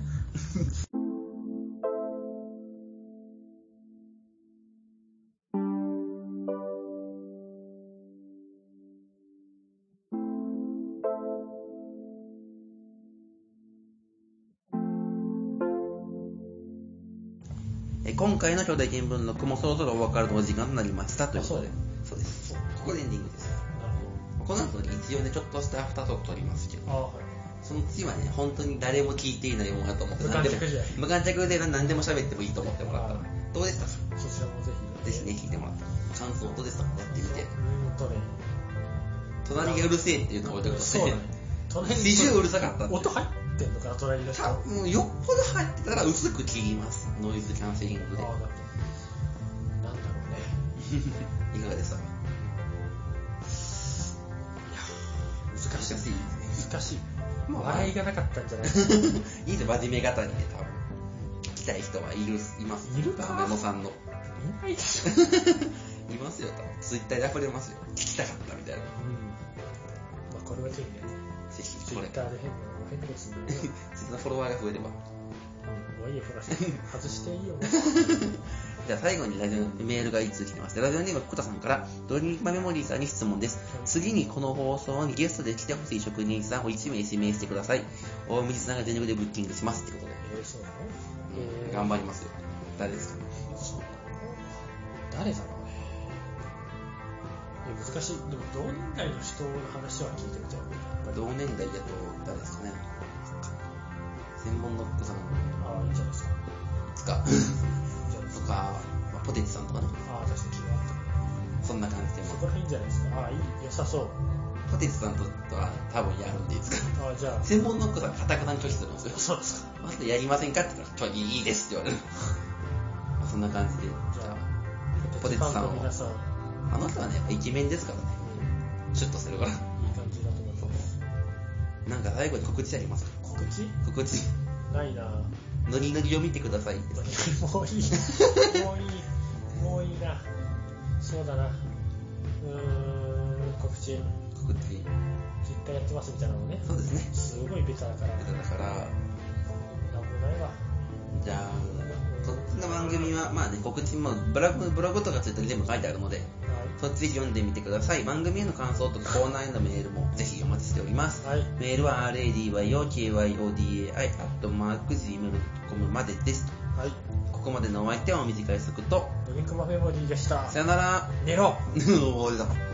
A: え今回の兄弟見聞録もそろそろお別れのお時間となりましたということで
B: あ。
A: そうです。ここでエンディングです。
B: な
A: この後に一応ね、ちょっとしたアフタートーク撮りますけど
B: る、ほどあ
A: その次はね、本当に誰も聞いていないものだと思って、
B: 無観客時代
A: 無観客で何でも喋ってもいいと思ってもらったら
B: あ、
A: どうでしたか
B: はいそちらもぜひ
A: ぜひね、聞いてもらったら。感想どうでしたかやってみて
B: う。ーんとね
A: 隣がうるせえっていうのを俺として
B: そうだね隣に
A: 二重うるさかったって
B: 音入ってんのかな隣の人
A: 多分よっぽど入ってたら薄く切りますノイズキャンセリングで
B: ああなるほどなんだろうね
A: いかがでしたか
B: 難しい
A: いです
B: 難しい
A: まあ
B: 笑いがなかったんじゃない
A: ねいいで真面目方にね多分聞きたい人はいるいます
B: いるか
A: メモさんの
B: いないでしょ
A: いますよ多分ツイッターで溢れますよ聞きたかったみたいな
B: うんまあこれはぜひね
A: ぜひ
B: ツイ
A: これ
B: ッ
A: ツイ
B: ターで変な変なことするのね
A: ッターのフォロワーが増え れば
B: うんもういいよほら外していいよ
A: じゃあ最後にラジオメールが一通来てます。ラジオネーム福田さんから、ドリンクマメモリーさんに質問です。次にこの放送にゲストで来てほしい職人さんを1名指名してください。大道さんが全力でブッキングしますってことで。
B: えーそうなのえー
A: 頑張りますよ。誰ですか
B: そうなの誰だろうねいや難しいでも同年代の人の話は聞いてみたいよねやっぱり
A: 同年代だと誰ですかね専門の福さん
B: ああいいじゃないですか
A: とか、
B: いいじゃないです
A: と
B: か
A: か、まあポテチさんとかね。
B: ああ確かに気があった
A: そんな感じで、
B: そ
A: ま
B: こら辺じゃないですかああいい良さそう
A: あポテチさんとは多分やるんでいつか。
B: あじゃ
A: 専門の子さん、かたくなに拒否するんですよ
B: あ。そうですか
A: まずやりませんかって言ったら、ちょ、いいですって言われる。まあそんな感じで。
B: じゃあ
A: ポテチさん
B: ファンの
A: を
B: 皆さん、
A: あの人はね、やっぱイケメンですからね。シュッとするから。
B: いい感じだと思います
A: なんか最後に告知ありますか
B: 告知
A: 告知。
B: ないなぁ
A: ノリノリを見てくださいって。
B: もういいもういいもういいなそうだなうーん告知絶
A: 告知。
B: 対やってますみたいなのね
A: そうですね。
B: すごいベタだから
A: だから、
B: なんもないわ
A: じゃあ、こっちの番組は、まあね、告知もブログ、ブログとかツイッターに全部書いてあるので、そっち読んでみてください。番組への感想とかコーナーへのメールもぜひお待ちしております。
B: はいはい
A: メールは radyokyodai.gmail.com までです。
B: はい
A: ここまでのお相手はお短い速と、
B: ドリンクマフェモリーでした
A: さよなら。
B: 寝ろ
A: うおー出た